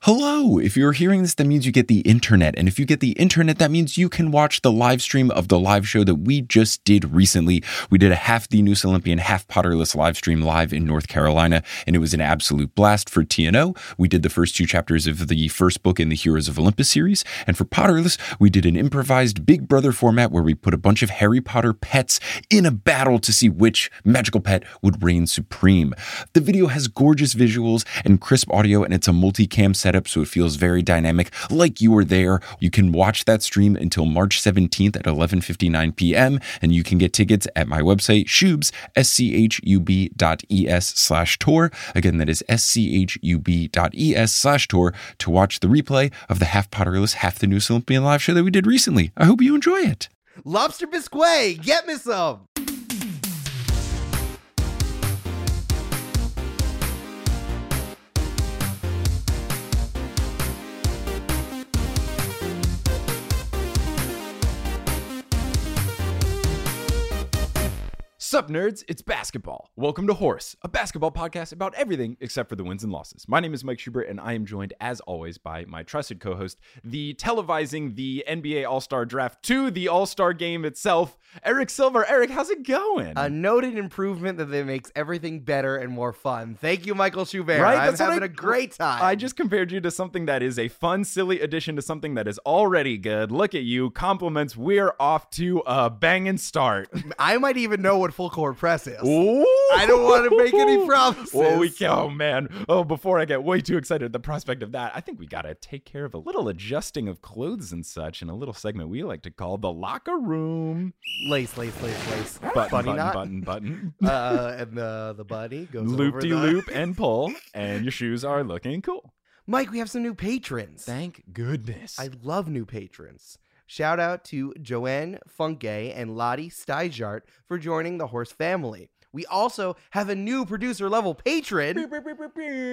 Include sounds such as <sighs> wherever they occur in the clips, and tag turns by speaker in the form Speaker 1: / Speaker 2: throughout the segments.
Speaker 1: Hello! If you're hearing this, that means you get the internet. And if you get the internet, that means you can watch the live stream of the live show that we just did recently. We did a half the Noose Olympian, half Potterless live stream live in North Carolina, and it was an absolute blast for TNO. We did the first two chapters of the first book in the Heroes of Olympus series. And for Potterless, we did an improvised Big Brother format where we put a bunch of Harry Potter pets in a battle to see which magical pet would reign supreme. The video has gorgeous visuals and crisp audio, and it's a multicam setup, so it feels very dynamic, like you were there. You can watch that stream until March 17th at 11:59 p.m., and you can get tickets at my website shubs s c h u b dot e s slash tour. Again, that is s c h u b dot e s slash tour to watch the replay of the half Potterless, half the New Olympian live show that we did recently. I hope you enjoy it.
Speaker 2: Lobster biscuit, get me some.
Speaker 3: Sup, nerds? It's basketball. Welcome to Horse, a basketball podcast about everything except for the wins and losses. My name is Mike Schubert, and I am joined, as always, by my trusted co host, the televising the NBA All Star draft to the All Star game itself, Eric Silver. Eric, how's it going?
Speaker 2: A noted improvement that then makes everything better and more fun. Thank you, Michael Schubert.
Speaker 3: Right?
Speaker 2: I'm
Speaker 3: That's what
Speaker 2: having
Speaker 3: I-
Speaker 2: a great time.
Speaker 3: I just compared you to something that is a fun, silly addition to something that is already good. Look at you. Compliments. We're off to a banging start.
Speaker 2: I might even know what full court press is.
Speaker 3: Ooh.
Speaker 2: I don't want to make any promises.
Speaker 3: Well, we can, oh man. Oh, before I get way too excited at the prospect of that, I think we got to take care of a little adjusting of clothes and such in a little segment we like to call the locker room.
Speaker 2: Lace, lace, lace, lace.
Speaker 3: Button,
Speaker 2: Bunny
Speaker 3: button,
Speaker 2: knot.
Speaker 3: button, button.
Speaker 2: Uh, and the the bunny <laughs> goes
Speaker 3: Loop
Speaker 2: over
Speaker 3: de
Speaker 2: the-
Speaker 3: loop and pull, and your shoes are looking cool.
Speaker 2: Mike, we have some new patrons.
Speaker 3: Thank goodness.
Speaker 2: I love new patrons. Shout out to Joanne Funke and Lottie Steijart for joining the horse family. We also have a new producer level patron,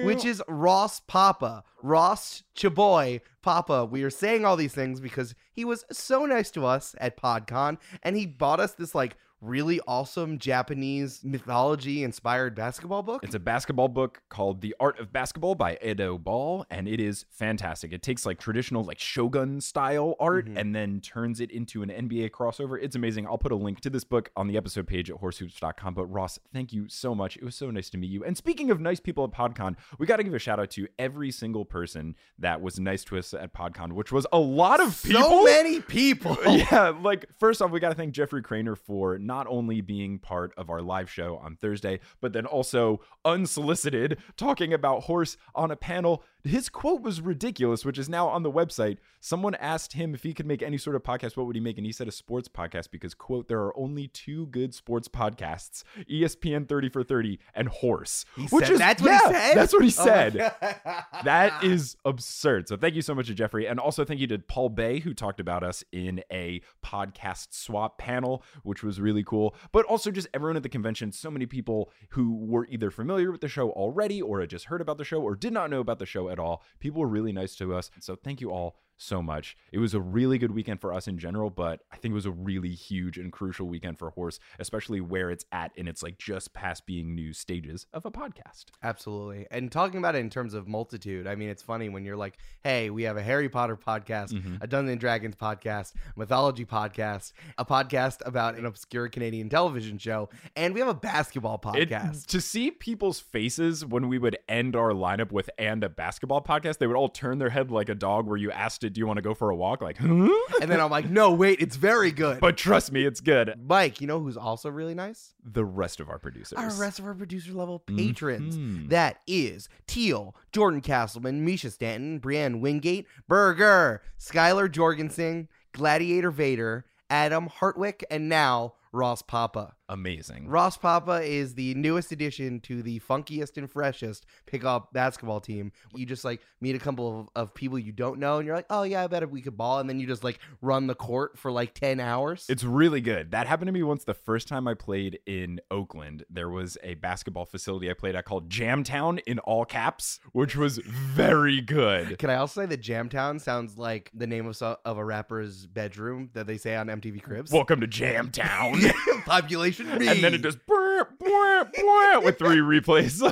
Speaker 2: which is Ross Papa. Ross Chaboy Papa. We are saying all these things because he was so nice to us at PodCon and he bought us this like really awesome Japanese mythology inspired basketball book.
Speaker 3: It's a basketball book called The Art of Basketball by Edo Ball, and it is fantastic. It takes like traditional like shogun style art
Speaker 2: Mhm.
Speaker 3: and then turns it into an NBA crossover. It's amazing. I'll put a link to this book on the episode page at horsehoops.com. But Ross, thank you so much. It was so nice to meet you. And speaking of nice people at PodCon, we got to give a shout out to every single person that was nice to us at PodCon, which was a lot of people.
Speaker 2: So
Speaker 3: <laughs>
Speaker 2: many people. <laughs>
Speaker 3: Yeah,
Speaker 2: Oh.
Speaker 3: like first off, we got to thank Jeffrey Craner for not only being part of our live show on Thursday, but then also unsolicited talking about horse on a panel. His quote was ridiculous, which is now on the website. Someone asked him if he could make any sort of podcast, what would he make? And he said a sports podcast because, quote, there are only two good sports podcasts E ESPN 30 for 30 and Horse.
Speaker 2: He said- that's what he
Speaker 3: yeah,
Speaker 2: said?
Speaker 3: That's what he
Speaker 2: Oh my
Speaker 3: said.
Speaker 2: God.
Speaker 3: That is absurd. So thank you so much to Jeffrey. And also thank you to Paul Bay, who talked about us in a podcast swap panel, which was really cool. But also just everyone at the convention, so many people who were either familiar with the show already or had just heard about the show or did not know about the show at all. People were really nice to us. So thank you all so much. It was a really good weekend for us in general, but I think it was a really huge and crucial weekend for Horse, especially where it's at in its like just past being new stages of a podcast.
Speaker 2: Absolutely. And talking about it in terms of multitude, I mean, it's funny when you're like, hey, we have a Harry Potter podcast,
Speaker 3: Mm-hmm.
Speaker 2: a Dungeons and Dragons podcast, mythology podcast, a podcast about an obscure Canadian television show, and we have a basketball
Speaker 3: It- <laughs>
Speaker 2: podcast.
Speaker 3: to see people's faces when we would end our lineup with and a basketball podcast, they would all turn their head like a dog where you asked it, Do you want to go for a walk? Like, huh? <laughs>
Speaker 2: and then I'm like, no, wait, it's very good.
Speaker 3: But trust me, it's good.
Speaker 2: Mike, you know who's also really nice?
Speaker 3: The rest of our producers.
Speaker 2: Our rest of our producer level patrons.
Speaker 3: Mhm.
Speaker 2: That is Teal, Jordan Castleman, Misha Stanton, Brianne Wingate, Berger, Skylar Jorgensen, Gladiator Vader, Adam Hartwick, and now Ross Papa.
Speaker 3: amazing.
Speaker 2: Ross Papa is the newest addition to the funkiest and freshest pickup basketball team. You just like meet a couple of, of people you don't know, and you're like, oh yeah, I bet if we could ball, and then you just like run the court for like ten hours.
Speaker 3: It's really good. That happened to me once the first time I played in Oakland. There was a basketball facility I played at called Jamtown in all caps, which was very good.
Speaker 2: <laughs> Can I also say that Jamtown sounds like the name of so- of a rapper's bedroom that they say on MTV Cribs?
Speaker 3: Welcome to Jamtown.
Speaker 2: <laughs> Population me.
Speaker 3: and then it just <laughs> brr, brr, brr, with three replays.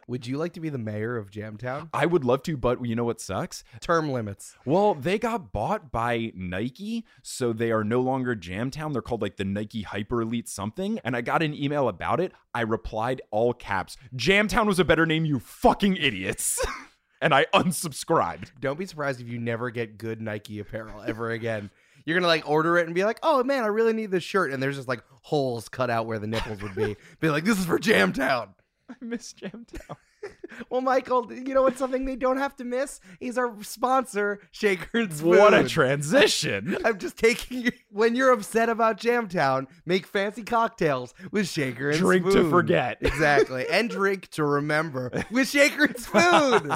Speaker 3: <laughs>
Speaker 2: Would you like to be the mayor of Jamtown?
Speaker 3: I would love to, but you know what sucks?
Speaker 2: Term limits.
Speaker 3: Well, they got bought by Nike, so they are no longer Jamtown. They're called like the Nike Hyper Elite something. And I got an email about it. I replied all caps, Jamtown was a better name, you fucking idiots. <laughs> and I unsubscribed.
Speaker 2: Don't be surprised if you never get good Nike apparel ever again. You're gonna like order it and be like, oh man, I really need this shirt, and there's just like holes cut out where the nipples
Speaker 3: <laughs>
Speaker 2: would be. be like, this is for Jamtown.
Speaker 3: <laughs> I miss Jamtown.
Speaker 2: Well, Michael, you know what's something they don't have to miss is our sponsor, Shaker and Spoon.
Speaker 3: What a transition.
Speaker 2: I'm just taking you when you're upset about Jamtown, make fancy cocktails with Shaker and
Speaker 3: Drink to
Speaker 2: Spoon.
Speaker 3: forget.
Speaker 2: Exactly. And drink to remember with Shaker and
Speaker 3: <laughs>
Speaker 2: Spoon.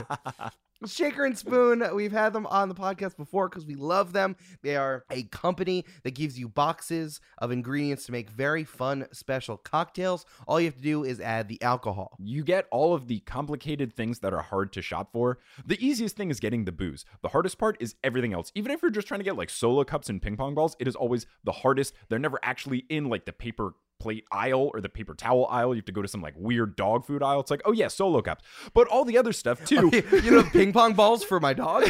Speaker 2: Shaker and Spoon, we've had them on the podcast before because we love them. They are a company that gives you boxes of ingredients to make very fun, special cocktails. All you have to do is add the alcohol. <laughs>
Speaker 3: You get all of the complicated things that are hard to shop for. The easiest thing is getting the booze. The hardest part is everything else. Even if you're just trying to get like solo cups and ping pong balls, it is always the hardest. They're never actually in like the paper plate aisle or the paper towel aisle. You have to go to some like weird dog food aisle. It's like, oh yeah, solo cups. But all the other stuff too.
Speaker 2: you know, ping pong balls for
Speaker 3: <laughs>
Speaker 2: my dog?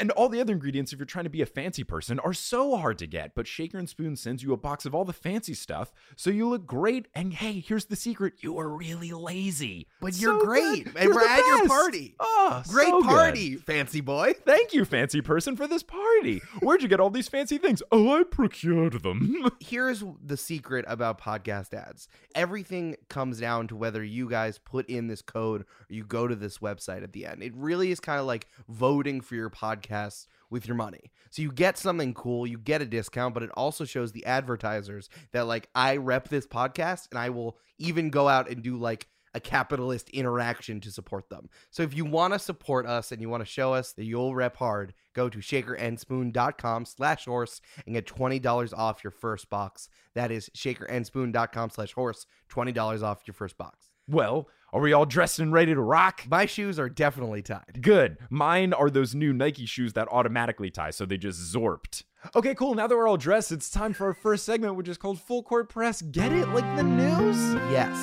Speaker 3: and all the other ingredients, if you're trying to be a fancy person, are so hard to get. But Shaker and Spoon sends you a box of all the fancy stuff, so you look great. And hey, here's the secret: you are really lazy,
Speaker 2: But you're
Speaker 3: So
Speaker 2: great,
Speaker 3: good.
Speaker 2: and
Speaker 3: You're
Speaker 2: we're
Speaker 3: the
Speaker 2: at your
Speaker 3: best.
Speaker 2: party.
Speaker 3: Oh,
Speaker 2: Great
Speaker 3: so good.
Speaker 2: party, fancy boy.
Speaker 3: Thank you, fancy person, for this party. Where'd you get all these fancy things? Oh, I procured them. <laughs>
Speaker 2: Here's the secret about podcast ads. Everything comes down to whether you guys put in this code or you go to this website at the end. It really is kind of like voting for your podcast with your money. So you get something cool, you get a discount, but it also shows the advertisers that like I rep this podcast and I will even go out and do like a capitalist interaction to support them. So if you want to support us and you want to show us that you'll rep hard, go to shakerandspoon.com slash horse and get $20 off your first box. That is shakerandspoon.com slash horse, $20 off your first box.
Speaker 3: well, are we all dressed and ready to rock?
Speaker 2: My shoes are definitely tied.
Speaker 3: Good. Mine are those new Nike shoes that automatically tie, so they just zorped. Okay, cool. Now that we're all dressed, it's time for our first segment, which is called Full Court Press. Get it? Like the news?
Speaker 2: Yes.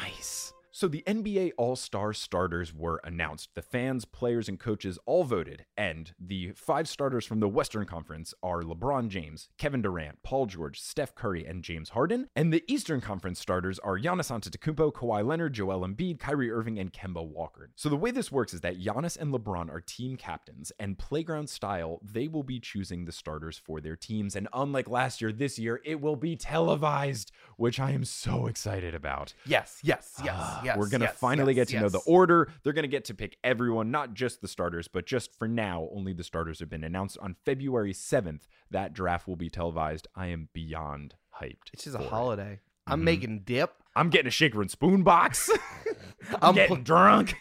Speaker 3: Nice. So the NBA All Star starters were announced. The fans, players, and coaches all voted, and the five starters from the Western Conference are LeBron James, Kevin Durant, Paul George, Steph Curry, and James Harden. And the Eastern Conference starters are Giannis Antetokounmpo, Kawhi Leonard, Joel Embiid, Kyrie Irving, and Kemba Walker. So the way this works is that Giannis and LeBron are team captains, and playground style, they will be choosing the starters for their teams. And unlike last year, this year it will be televised, which I am so excited about.
Speaker 2: Yes, yes, yes,
Speaker 3: Ah,
Speaker 2: yes.
Speaker 3: We're gonna
Speaker 2: yes,
Speaker 3: finally
Speaker 2: yes,
Speaker 3: get to know the
Speaker 2: yes.
Speaker 3: order. They're gonna get to pick everyone, not just the starters, but just for now, only the starters have been announced on February seventh. That draft will be televised. I am beyond hyped.
Speaker 2: It's just a
Speaker 3: for it.
Speaker 2: holiday. I'm
Speaker 3: Mhm.
Speaker 2: making dip.
Speaker 3: I'm getting a shaker and spoon box. <laughs> I'm
Speaker 2: I'm
Speaker 3: getting
Speaker 2: put-
Speaker 3: drunk.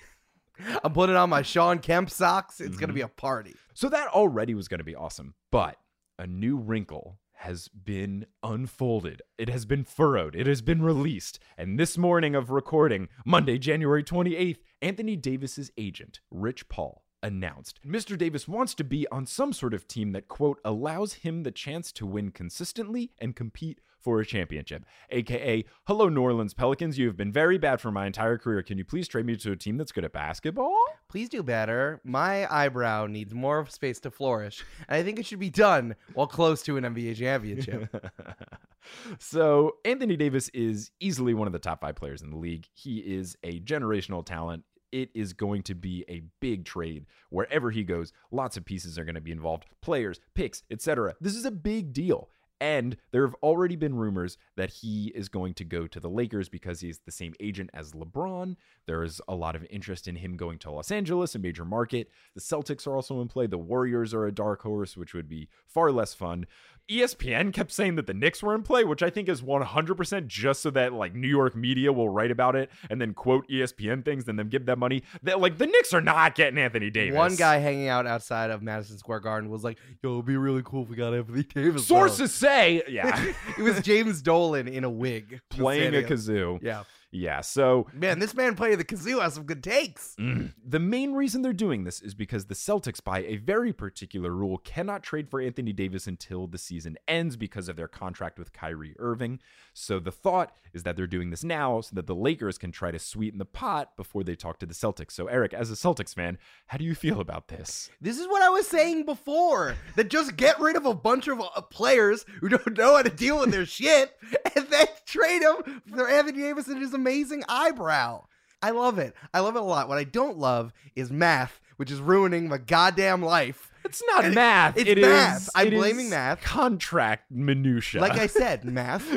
Speaker 2: I'm putting on my Sean Kemp socks. It's going to
Speaker 3: Mhm.
Speaker 2: be a party.
Speaker 3: So that already was gonna be awesome, but a new wrinkle has been unfolded. It has been furrowed. It has been released. And this morning of recording, Monday, January 28th, Anthony Davis's agent, Rich Paul, announced Mr. Davis wants to be on some sort of team that, quote, allows him the chance to win consistently and compete for a championship. AKA, hello, New Orleans Pelicans. You have been very bad for my entire career. Can you please trade me to a team that's good at basketball?
Speaker 2: Please do better. My eyebrow needs more of space to flourish, and I think it should be done while close to an NBA championship.
Speaker 3: <laughs> so Anthony Davis is easily one of the top five players in the league. He is a generational talent. It is going to be a big trade wherever he goes. Lots of pieces are going to be involved, players, picks, etc. This is a big deal. And there have already been rumors that he is going to go to the Lakers because he's the same agent as LeBron. There is a lot of interest in him going to Los Angeles, a major market. The Celtics are also in play. The Warriors are a dark horse, which would be far less fun. ESPN kept saying that the Knicks were in play, which I think is 100% just so that like New York media will write about it and then quote E ESPN things and then give that money. That like the Knicks are not getting Anthony <laughs> Davis.
Speaker 2: One guy hanging out outside of Madison Square Garden was like, "Yo, it'd be really cool if we got Anthony Davis." though."
Speaker 3: Sources say,
Speaker 2: <laughs>
Speaker 3: yeah,
Speaker 2: it was James Dolan in a wig
Speaker 3: playing a
Speaker 2: standing up.
Speaker 3: kazoo.
Speaker 2: Yeah,
Speaker 3: Yeah, so
Speaker 2: man, this man playing the kazoo has some good takes.
Speaker 3: The main reason they're doing this is because the Celtics, by a very particular rule, cannot trade for Anthony Davis until the season ends because of their contract with Kyrie Irving. So the thought is that they're doing this now so that the Lakers can try to sweeten the pot before they talk to the Celtics. So, Eric, as a Celtics fan, how do you feel about this?
Speaker 2: This is what I was saying before. That just get rid of a bunch of uh, players who don't know how to deal with their shit, and then trade them for Anthony Davis and his amazing eyebrow. I love it. I love it a lot. What I don't love is math, which is ruining my goddamn life.
Speaker 3: It's not
Speaker 2: It-
Speaker 3: math.
Speaker 2: it's
Speaker 3: It is-
Speaker 2: math. I'm
Speaker 3: it is
Speaker 2: blaming math.
Speaker 3: Contract minutia.
Speaker 2: Like
Speaker 3: <laughs>
Speaker 2: I said, math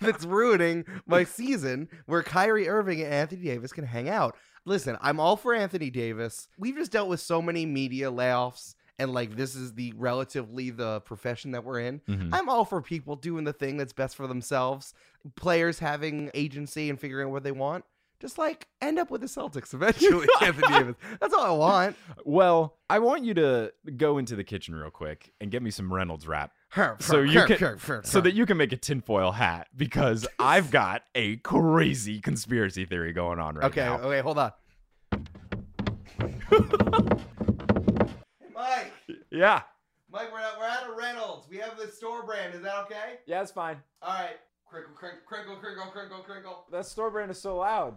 Speaker 2: that's ruining my season where Kyrie Irving and Anthony Davis can hang out. Listen, I'm all for Anthony Davis. We've just dealt with so many media layoffs and like this is the relatively the profession that we're in.
Speaker 3: Mhm.
Speaker 2: I'm all for people doing the thing that's best for themselves, players having agency and figuring out what they want. Just like end up with the
Speaker 3: <laughs>
Speaker 2: Celtics eventually, Anthony Davis. That's all I want.
Speaker 3: Well, I want you to go into the kitchen real quick and get me some Reynolds wrap. So you can- so that you can make a tinfoil hat because I've got a crazy conspiracy theory going on right
Speaker 2: Okay, oh.
Speaker 3: now.
Speaker 2: okay, hold on. hey, Mike.
Speaker 3: Yeah.
Speaker 2: Mike, we're at, we're at a Reynolds. We have the store brand. Is that okay?
Speaker 3: Yeah, it's fine.
Speaker 2: All right. Crinkle, crinkle, crinkle, crinkle, crinkle, crinkle.
Speaker 3: That store brand is so loud.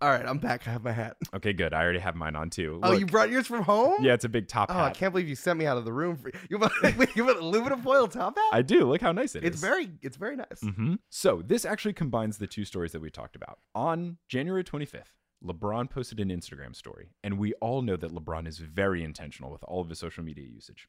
Speaker 2: All right, I'm back. I have my hat.
Speaker 3: Okay, good. I already have mine on too.
Speaker 2: Oh,
Speaker 3: Look.
Speaker 2: you brought yours from home?
Speaker 3: Yeah, it's a big top
Speaker 2: Oh, I
Speaker 3: hat.
Speaker 2: can't believe you sent me out of the room. For, you, have a, wait, <laughs> you have an aluminum foil top hat?
Speaker 3: I do. Look how nice it is.
Speaker 2: it's very, it's very nice.
Speaker 3: hmm So this actually combines the two stories that we talked about. On January 25th, LeBron posted an Instagram story, and we all know that LeBron is very intentional with all of his social media usage.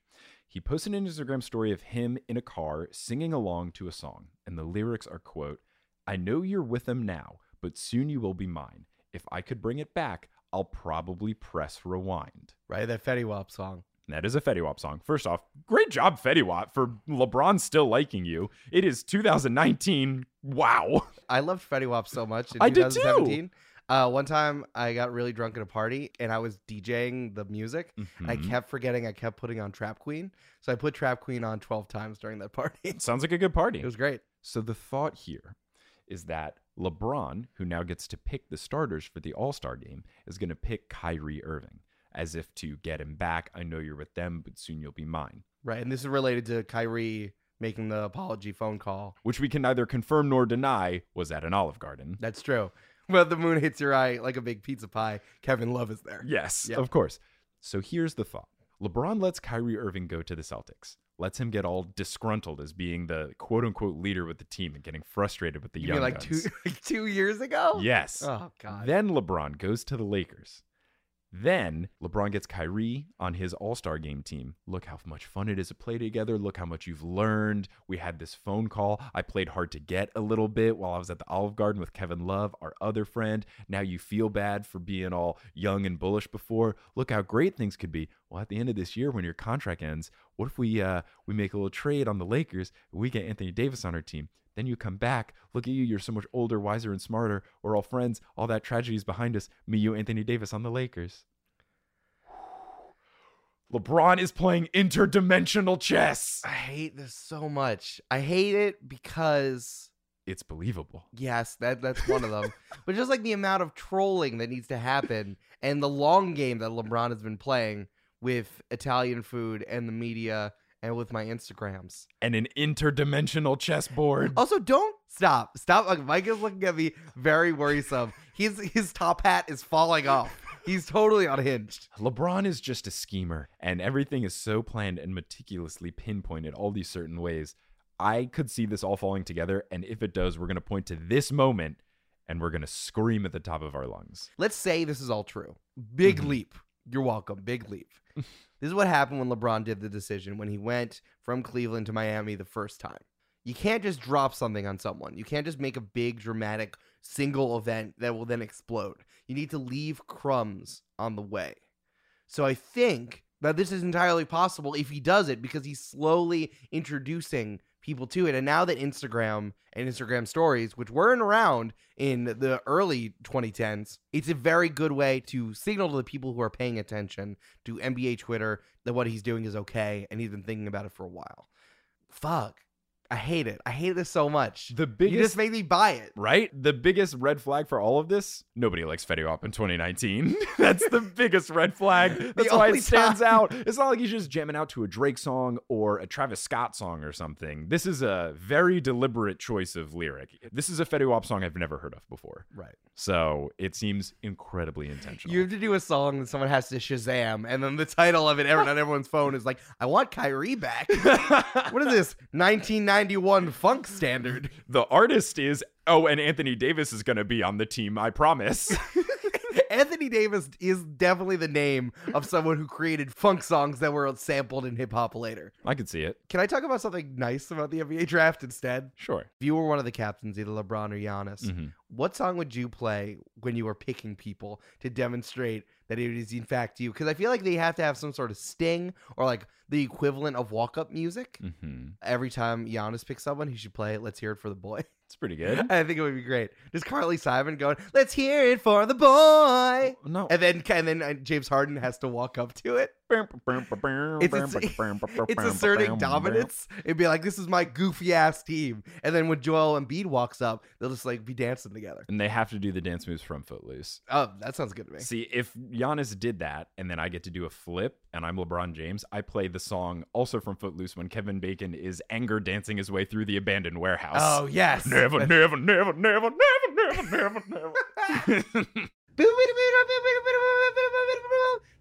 Speaker 3: He posted an Instagram story of him in a car singing along to a song, and the lyrics are quote, "I know you're with them now, but soon you will be mine. If I could bring it back, I'll probably press rewind."
Speaker 2: Right, that Fetty Wap song.
Speaker 3: And That is a Fetty Wap song. First off, great job, Fetty Wap, for LeBron still liking you. It is 2019. Wow.
Speaker 2: I loved Fetty Wap so much in
Speaker 3: I did too.
Speaker 2: 2017. Uh, one time I got really drunk at a party and I was DJing the music. and
Speaker 3: Mm-hmm.
Speaker 2: I kept forgetting I kept putting on Trap Queen. So I put Trap Queen on 12 times during that party. <laughs>
Speaker 3: Sounds like a good party.
Speaker 2: it was great.
Speaker 3: So the thought here is that LeBron, who now gets to pick the starters for the All Star game, is going to pick Kyrie Irving as if to get him back. I know you're with them, but soon you'll be mine.
Speaker 2: Right. And this is related to Kyrie making the apology phone call.
Speaker 3: Which we can neither confirm nor deny was at an Olive Garden.
Speaker 2: That's true. Well, the moon hits your eye like a big pizza pie. Kevin Love is there.
Speaker 3: Yes,
Speaker 2: Yeah.
Speaker 3: of course. So here's the thought LeBron lets Kyrie Irving go to the Celtics, lets him get all disgruntled as being the quote unquote leader with the team and getting frustrated with the
Speaker 2: You
Speaker 3: young
Speaker 2: mean like two,
Speaker 3: guns.
Speaker 2: <laughs> like two years ago?
Speaker 3: Yes.
Speaker 2: Oh, God.
Speaker 3: Then LeBron goes to the Lakers. Then LeBron gets Kyrie on his All Star game team. Look how much fun it is to play together. Look how much you've learned. We had this phone call. I played hard to get a little bit while I was at the Olive Garden with Kevin Love, our other friend. Now you feel bad for being all young and bullish before. Look how great things could be. Well, at the end of this year, when your contract ends, what if we uh, we make a little trade on the Lakers? We get Anthony Davis on our team. Then you come back. Look at you. You're so much older, wiser, and smarter. We're all friends. All that tragedy is behind us. Me, you, Anthony Davis on the Lakers. <sighs> LeBron is playing interdimensional chess. <sighs>
Speaker 2: I hate this so much. I hate it because
Speaker 3: It's believable.
Speaker 2: Yes, that that's one of them. but just like the amount of trolling that needs to happen and the long game that LeBron has been playing with Italian food and the media and with my Instagrams.
Speaker 3: And an interdimensional chessboard.
Speaker 2: Also, don't stop. Stop. Like, Mike is looking at me very worrisome. His his top hat is falling off. He's totally unhinged.
Speaker 3: LeBron is just a schemer, and everything is so planned and meticulously pinpointed all these certain ways. I could see this all falling together, and if it does, we're going to point to this moment and we're going to scream at the top of our lungs.
Speaker 2: Let's say this is all true. Big
Speaker 3: Mhm.
Speaker 2: leap. You're welcome. Big leap. this is what happened when LeBron did the decision when he went from Cleveland to Miami the first time. You can't just drop something on someone. You can't just make a big dramatic single event that will then explode. You need to leave crumbs on the way. So I think Now, this is entirely possible if he does it because he's slowly introducing people to it. And now that Instagram and Instagram stories, which weren't around in the early 2010s, it's a very good way to signal to the people who are paying attention to NBA Twitter that what he's doing is okay and he's been thinking about it for a while. Fuck. I hate it. I hate this so much.
Speaker 3: The
Speaker 2: you just
Speaker 3: biggest,
Speaker 2: made me buy it.
Speaker 3: right? The biggest red flag for all of this. Nobody likes Fetty Wap in 2019. <laughs> That's the biggest red
Speaker 2: <laughs>
Speaker 3: flag. That's why
Speaker 2: only
Speaker 3: it stands
Speaker 2: time.
Speaker 3: out. It's not like he's just jamming out to a Drake song or a Travis Scott song or something. This is a very deliberate choice of lyric. This is a Fetty Wap song I've never heard of before.
Speaker 2: Right.
Speaker 3: So it seems incredibly intentional.
Speaker 2: You have to do a song that someone has to Shazam, and then the title of it ever, on everyone's phone is like, I want Kyrie back. what is this? 1991 funk standard.
Speaker 3: <laughs>
Speaker 2: <laughs>
Speaker 3: the artist is oh, and Anthony Davis is going to be on the team. I
Speaker 2: <laughs>
Speaker 3: promise.
Speaker 2: Anthony Davis is definitely the name of someone who created funk songs that were sampled in hip hop later.
Speaker 3: I could see it.
Speaker 2: Can I talk about something nice about the NBA draft instead?
Speaker 3: Sure.
Speaker 2: If you were one of the captains, either LeBron or Giannis, what song would you play when you were picking people to demonstrate that it is in fact you? Because I feel like they have to have some sort of sting or like the equivalent of walk up music.
Speaker 3: hmm
Speaker 2: Every time Giannis picks someone, he should play Let's Hear It for the Boy.
Speaker 3: It's pretty good.
Speaker 2: <laughs> I think it would be great. Just Carly Simon going, Let's Hear It for the Boy.
Speaker 3: No.
Speaker 2: And then, and then uh, James Harden has to walk up to it.
Speaker 3: <laughs> It's,
Speaker 2: It's asserting dominance. It'd be like, This is my goofy ass team. And then when Joel Embiid walks up, they'll just like be dancing together.
Speaker 3: And they have to do the dance moves from Footloose.
Speaker 2: Oh, that sounds good to me.
Speaker 3: See, if Giannis did that and then I get to do a flip and I'm LeBron James, I play the song also from Footloose when Kevin Bacon is anger dancing his way through the abandoned warehouse.
Speaker 2: Oh, yes.
Speaker 3: Never, never, never, never, never, never, never, never.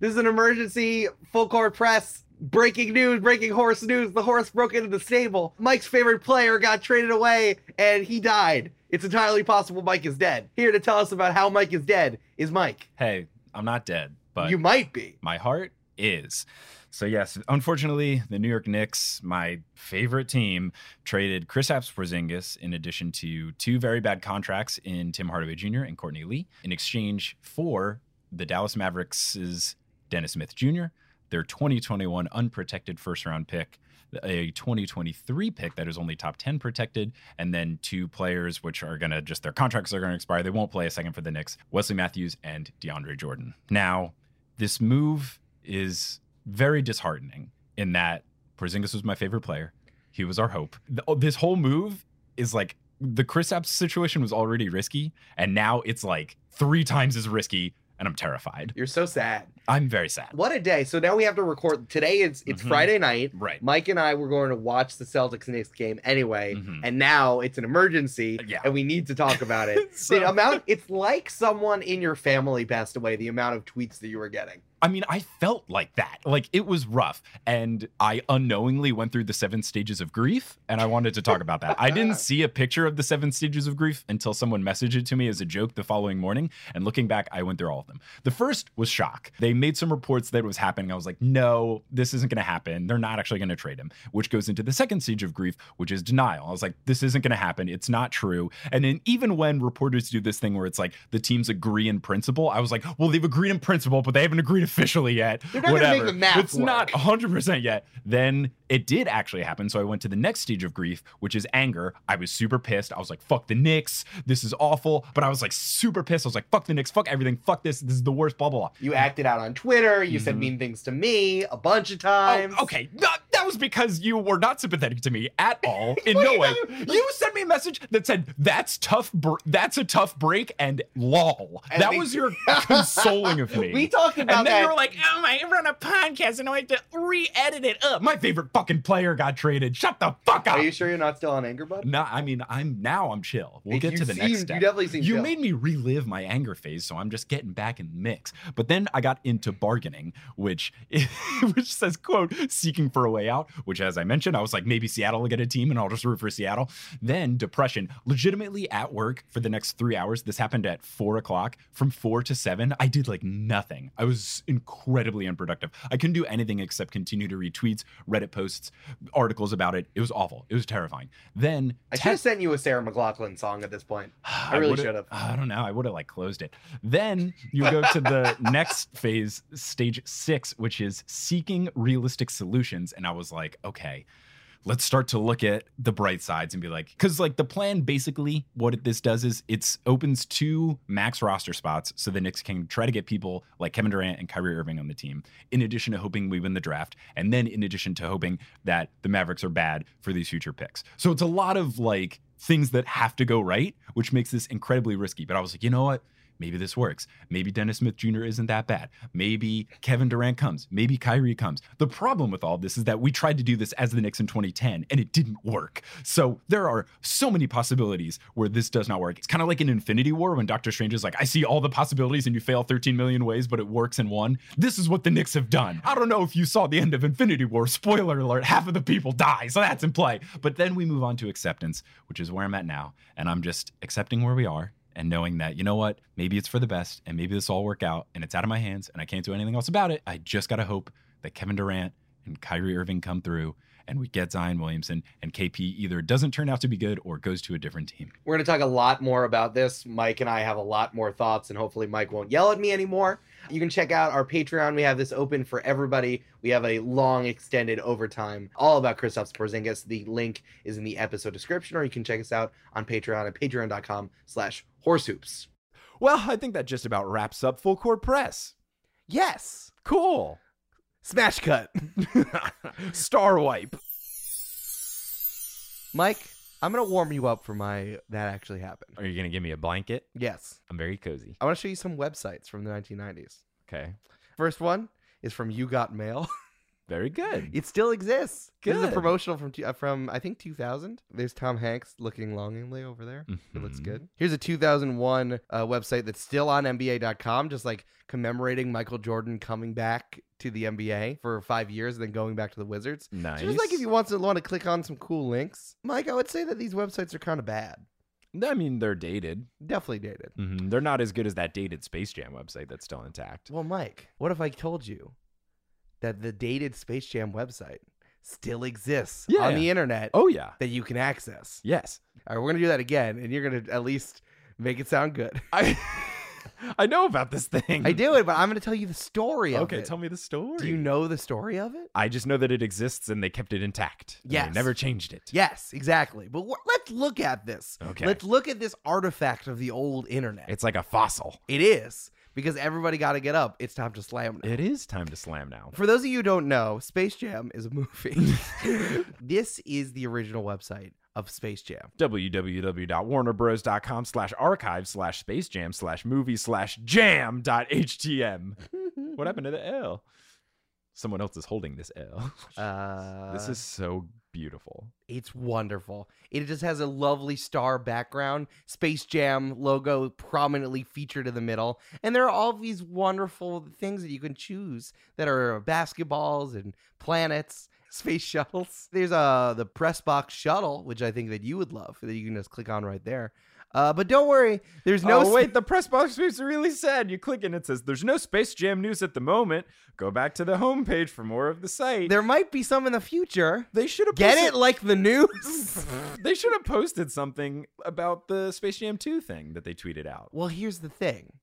Speaker 2: This is an emergency full court press. Breaking news, breaking horse news. The horse broke into the stable. Mike's favorite player got traded away and he died. It's entirely possible Mike is dead. Here to tell us about how Mike is dead is Mike.
Speaker 3: <laughs> hey, I'm not dead, but
Speaker 2: you might be.
Speaker 3: my heart is. So yes, unfortunately, the New York Knicks, my favorite team, traded Chris Apps Porzingis in addition to two very bad contracts in Tim Hardaway Jr. and Courtney Lee in exchange for the Dallas Mavericks' Dennis Smith Jr., their 2021 unprotected first round pick, a 2023 pick that is only top 10 protected, and then two players which are going to just their contracts are going to expire. They won't play a second for the Knicks, Wesley Matthews and DeAndre Jordan. Now, this move is very disheartening in that Porzingis was my favorite player. He was our hope. The- oh, this whole move is like the Chris Apps situation was already risky, and now it's like three times as risky, and I'm terrified.
Speaker 2: You're so sad.
Speaker 3: I'm very sad.
Speaker 2: What a day. So now we have to record today it's it's
Speaker 3: Mhm.
Speaker 2: Friday night.
Speaker 3: Right.
Speaker 2: Mike and I were going to watch the Celtics Knicks game anyway,
Speaker 3: Mhm.
Speaker 2: and now it's an emergency,
Speaker 3: Yeah.
Speaker 2: and we need to talk about it.
Speaker 3: So- <laughs>
Speaker 2: The amount it's like someone in your family passed away. The amount of tweets that you were getting.
Speaker 3: I mean, I felt like that. Like it was rough. And I unknowingly went through the seven stages of grief. And I wanted to talk about that. I didn't see a picture of the seven stages of grief until someone messaged it to me as a joke the following morning. And looking back, I went through all of them. The first was shock. They made some reports that it was happening. I was like, no, this isn't going to happen. They're not actually going to trade him, which goes into the second stage of grief, which is denial. I was like, this isn't going to happen. It's not true. And then even when reporters do this thing where it's like the teams agree in principle, I was like, well, they've agreed in principle, but they haven't agreed officially yet.
Speaker 2: They're not gonna make
Speaker 3: Whatever.
Speaker 2: the math
Speaker 3: it's not
Speaker 2: work.
Speaker 3: 100% yet. Then it did actually happen. So I went to the next stage of grief, which is anger. I was super pissed. I was like, fuck the Knicks. This is awful. But I was like, super pissed. I was like, fuck the Knicks. Fuck everything. Fuck this. This is the worst. Blah, blah, blah.
Speaker 2: You acted out on Twitter. You said
Speaker 3: Mhm.
Speaker 2: mean things to me a bunch of
Speaker 3: Oh,
Speaker 2: times.
Speaker 3: okay. That, that was because you were not sympathetic to me at
Speaker 2: <laughs>
Speaker 3: all. In
Speaker 2: What
Speaker 3: no
Speaker 2: do you
Speaker 3: way.
Speaker 2: mean?
Speaker 3: You sent me a message that said, that's tough. Br- that's a tough break and lol.
Speaker 2: And
Speaker 3: that
Speaker 2: we-
Speaker 3: was
Speaker 2: <laughs>
Speaker 3: your consoling of me.
Speaker 2: We talked about
Speaker 3: and then
Speaker 2: that.
Speaker 3: you were like, oh my, we're on a podcast and I have to re edit it up. My favorite fucking player got traded. Shut the fuck up.
Speaker 2: Are you sure you're not still on anger, bud?
Speaker 3: No, I mean, I'm now I'm chill. We'll get
Speaker 2: You
Speaker 3: to the
Speaker 2: seemed-
Speaker 3: next step.
Speaker 2: You definitely seem.
Speaker 3: You
Speaker 2: chill.
Speaker 3: made me relive my anger phase, so I'm just getting back in the <laughs> mix. But then I got into bargaining, which which says, "quote Seeking for a way out about, which, as I mentioned, I was like, maybe Seattle will get a team and I'll just root for Seattle. Then depression, legitimately at work for the next three hours. This happened at four o'clock. From four to seven, I did like nothing. I was incredibly unproductive. I couldn't do anything except continue to read tweets, Reddit posts, articles about it. It was awful. It was terrifying. Then
Speaker 2: I
Speaker 3: te-
Speaker 2: should have sent you a Sarah McLaughlin song at this point.
Speaker 3: <sighs> I
Speaker 2: really
Speaker 3: would've-
Speaker 2: should've.
Speaker 3: I don't know. I would have like closed it. Then you go to
Speaker 2: <laughs>
Speaker 3: the next phase, stage six, which is seeking realistic solutions. And I was like, okay, let's start to look at the bright sides and be like, because like the plan basically, what it, this does is it's opens two max roster spots so the Knicks can try to get people like Kevin Durant and Kyrie Irving on the team, in addition to hoping we win the draft, and then in addition to hoping that the Mavericks are bad for these future picks. So it's a lot of like things that have to go right, which makes this incredibly risky. But I was like, you know what? Maybe this works. Maybe Dennis Smith Jr. isn't that bad. Maybe Kevin Durant comes. Maybe Kyrie comes. The problem with all this is that we tried to do this as the Knicks in 2010 and it didn't work. So there are so many possibilities where this does not work. It's kind of like an Infinity War when Doctor Strange is like, I see all the possibilities and you fail 13 million ways, but it works in one. This is what the Knicks have done. I don't know if you saw the end of Infinity War. Spoiler alert, half of the people die. So that's in play. But then we move on to acceptance, which is where I'm at now. And I'm just accepting where we are and knowing that you know what maybe it's for the best and maybe this will all work out and it's out of my hands and i can't do anything else about it i just gotta hope that kevin durant and kyrie irving come through and we get zion williamson and kp either doesn't turn out to be good or goes to a different team
Speaker 2: We're going to talk a lot more about this. Mike and I have a lot more thoughts, and hopefully, Mike won't yell at me anymore. You can check out our Patreon. We have this open for everybody. We have a long, extended overtime all about Christoph Porzingis. The link is in the episode description, or you can check us out on Patreon at patreon.com slash horsehoops.
Speaker 3: well i think that just about wraps up full court press
Speaker 2: Yes.
Speaker 3: cool
Speaker 2: Smash cut.
Speaker 3: <laughs> star wipe
Speaker 2: Mike, I'm going to warm you up for my that actually
Speaker 3: <laughs>
Speaker 2: happened.
Speaker 3: are you gonna give me a blanket
Speaker 2: Yes.
Speaker 3: i'm very cozy
Speaker 2: I want to show you some websites from the 1990s.
Speaker 3: okay
Speaker 2: First one is from You Got Mail.
Speaker 3: very good
Speaker 2: It still exists. This is a
Speaker 3: Good.
Speaker 2: promotional from two- uh, from I think 2000. There's Tom Hanks looking longingly over there. It
Speaker 3: Mm-hmm.
Speaker 2: looks good. Here's a 2001 uh, website that's still on NBA.com, just like commemorating Michael Jordan coming back to the NBA for five years and then going back to the Wizards.
Speaker 3: nice
Speaker 2: So just like if you want to want to click on some cool links, Mike, I would say that these websites are kind of bad.
Speaker 3: i mean they're dated
Speaker 2: Definitely dated.
Speaker 3: Mhm. They're not as good as that dated Space Jam website that's still intact.
Speaker 2: Well, Mike, what if I told you that the dated Space Jam website still exists on
Speaker 3: Yeah.
Speaker 2: the internet
Speaker 3: Oh yeah.
Speaker 2: that you can access?
Speaker 3: Yes.
Speaker 2: All right, we're gonna do that again, and you're gonna at least make it sound good.
Speaker 3: I <laughs> I know about this thing.
Speaker 2: <laughs> I do it, but I'm gonna tell you the story of
Speaker 3: Okay,
Speaker 2: it.
Speaker 3: tell me the story.
Speaker 2: Do you know the story of it?
Speaker 3: I just know that it exists and they kept it intact. And
Speaker 2: Yes.
Speaker 3: They never changed it.
Speaker 2: Yes, exactly. But wh- let's look at this.
Speaker 3: Okay.
Speaker 2: Let's look at this artifact of the old internet.
Speaker 3: It's like a fossil.
Speaker 2: it is because everybody got to get up. It's time to slam. now.
Speaker 3: It is time to slam now.
Speaker 2: For those of you who don't know, Space Jam is
Speaker 3: <laughs>
Speaker 2: a movie. this is the original website of Space Jam.
Speaker 3: www.warnerbros.com slash archive slash space jam slash movie slash jam dot
Speaker 2: <laughs>
Speaker 3: htm. What happened to the L? Someone else is holding this L.
Speaker 2: Uh,
Speaker 3: this is so beautiful.
Speaker 2: It's wonderful. It just has a lovely star background, Space Jam logo prominently featured in the middle. And there are all these wonderful things that you can choose that are basketballs and planets, <laughs> space shuttles. There's uh the press box shuttle, which I think that you would love that you can just click on right there. Uh, but don't worry, there's no
Speaker 3: No, oh, wait, the press box is really sad. You click and it says, There's no Space Jam news at the moment. Go back to the homepage for more of the site.
Speaker 2: there might be some in the future.
Speaker 3: they should have
Speaker 2: Get it
Speaker 3: posted,
Speaker 2: like
Speaker 3: <laughs>
Speaker 2: the news.
Speaker 3: They should have posted something about the Space Jam 2 thing that they tweeted out.
Speaker 2: Well, here's the thing.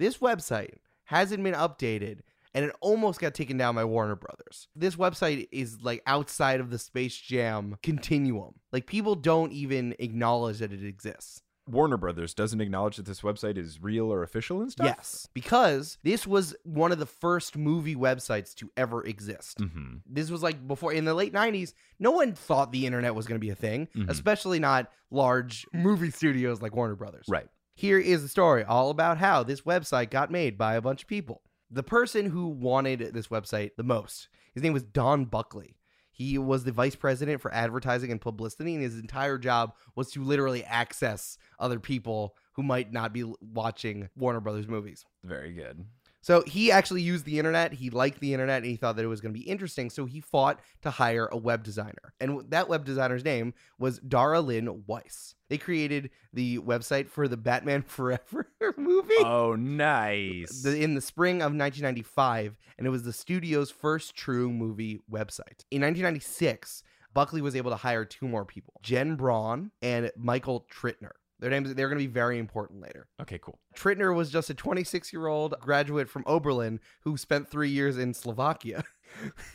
Speaker 2: This website hasn't been updated and it almost got taken down by Warner Brothers. This website is like outside of the Space Jam continuum. Like people don't even acknowledge that it exists.
Speaker 3: Warner Brothers doesn't acknowledge that this website is real or official and stuff.
Speaker 2: Yes, because this was one of the first movie websites to ever exist.
Speaker 3: Mm-hmm.
Speaker 2: This was like before in the late 90s, no one thought the internet was going to be a thing,
Speaker 3: Mhm.
Speaker 2: especially not large movie studios like Warner Brothers.
Speaker 3: Right.
Speaker 2: Here is the story all about how this website got made by a bunch of people. The person who wanted this website the most, his name was Don Buckley. He was the vice president for advertising and publicity, and his entire job was to literally access other people who might not be l- watching Warner Brothers movies.
Speaker 3: Very good.
Speaker 2: So he actually used the internet. He liked the internet and he thought that it was going to be interesting. So he fought to hire a web designer. And w- that web designer's name was Dara Lynn Weiss. They created the website for the Batman <laughs> Forever movie
Speaker 3: Oh, nice.
Speaker 2: the, in the spring of 1995, and it was the studio's first true movie website. In 1996, Buckley was able to hire two more people, Jen Braun and Michael Trittner. Their names, they're going to be very important later.
Speaker 3: okay, cool.
Speaker 2: Trittner was just a 26 year old graduate from Oberlin who spent three years in Slovakia.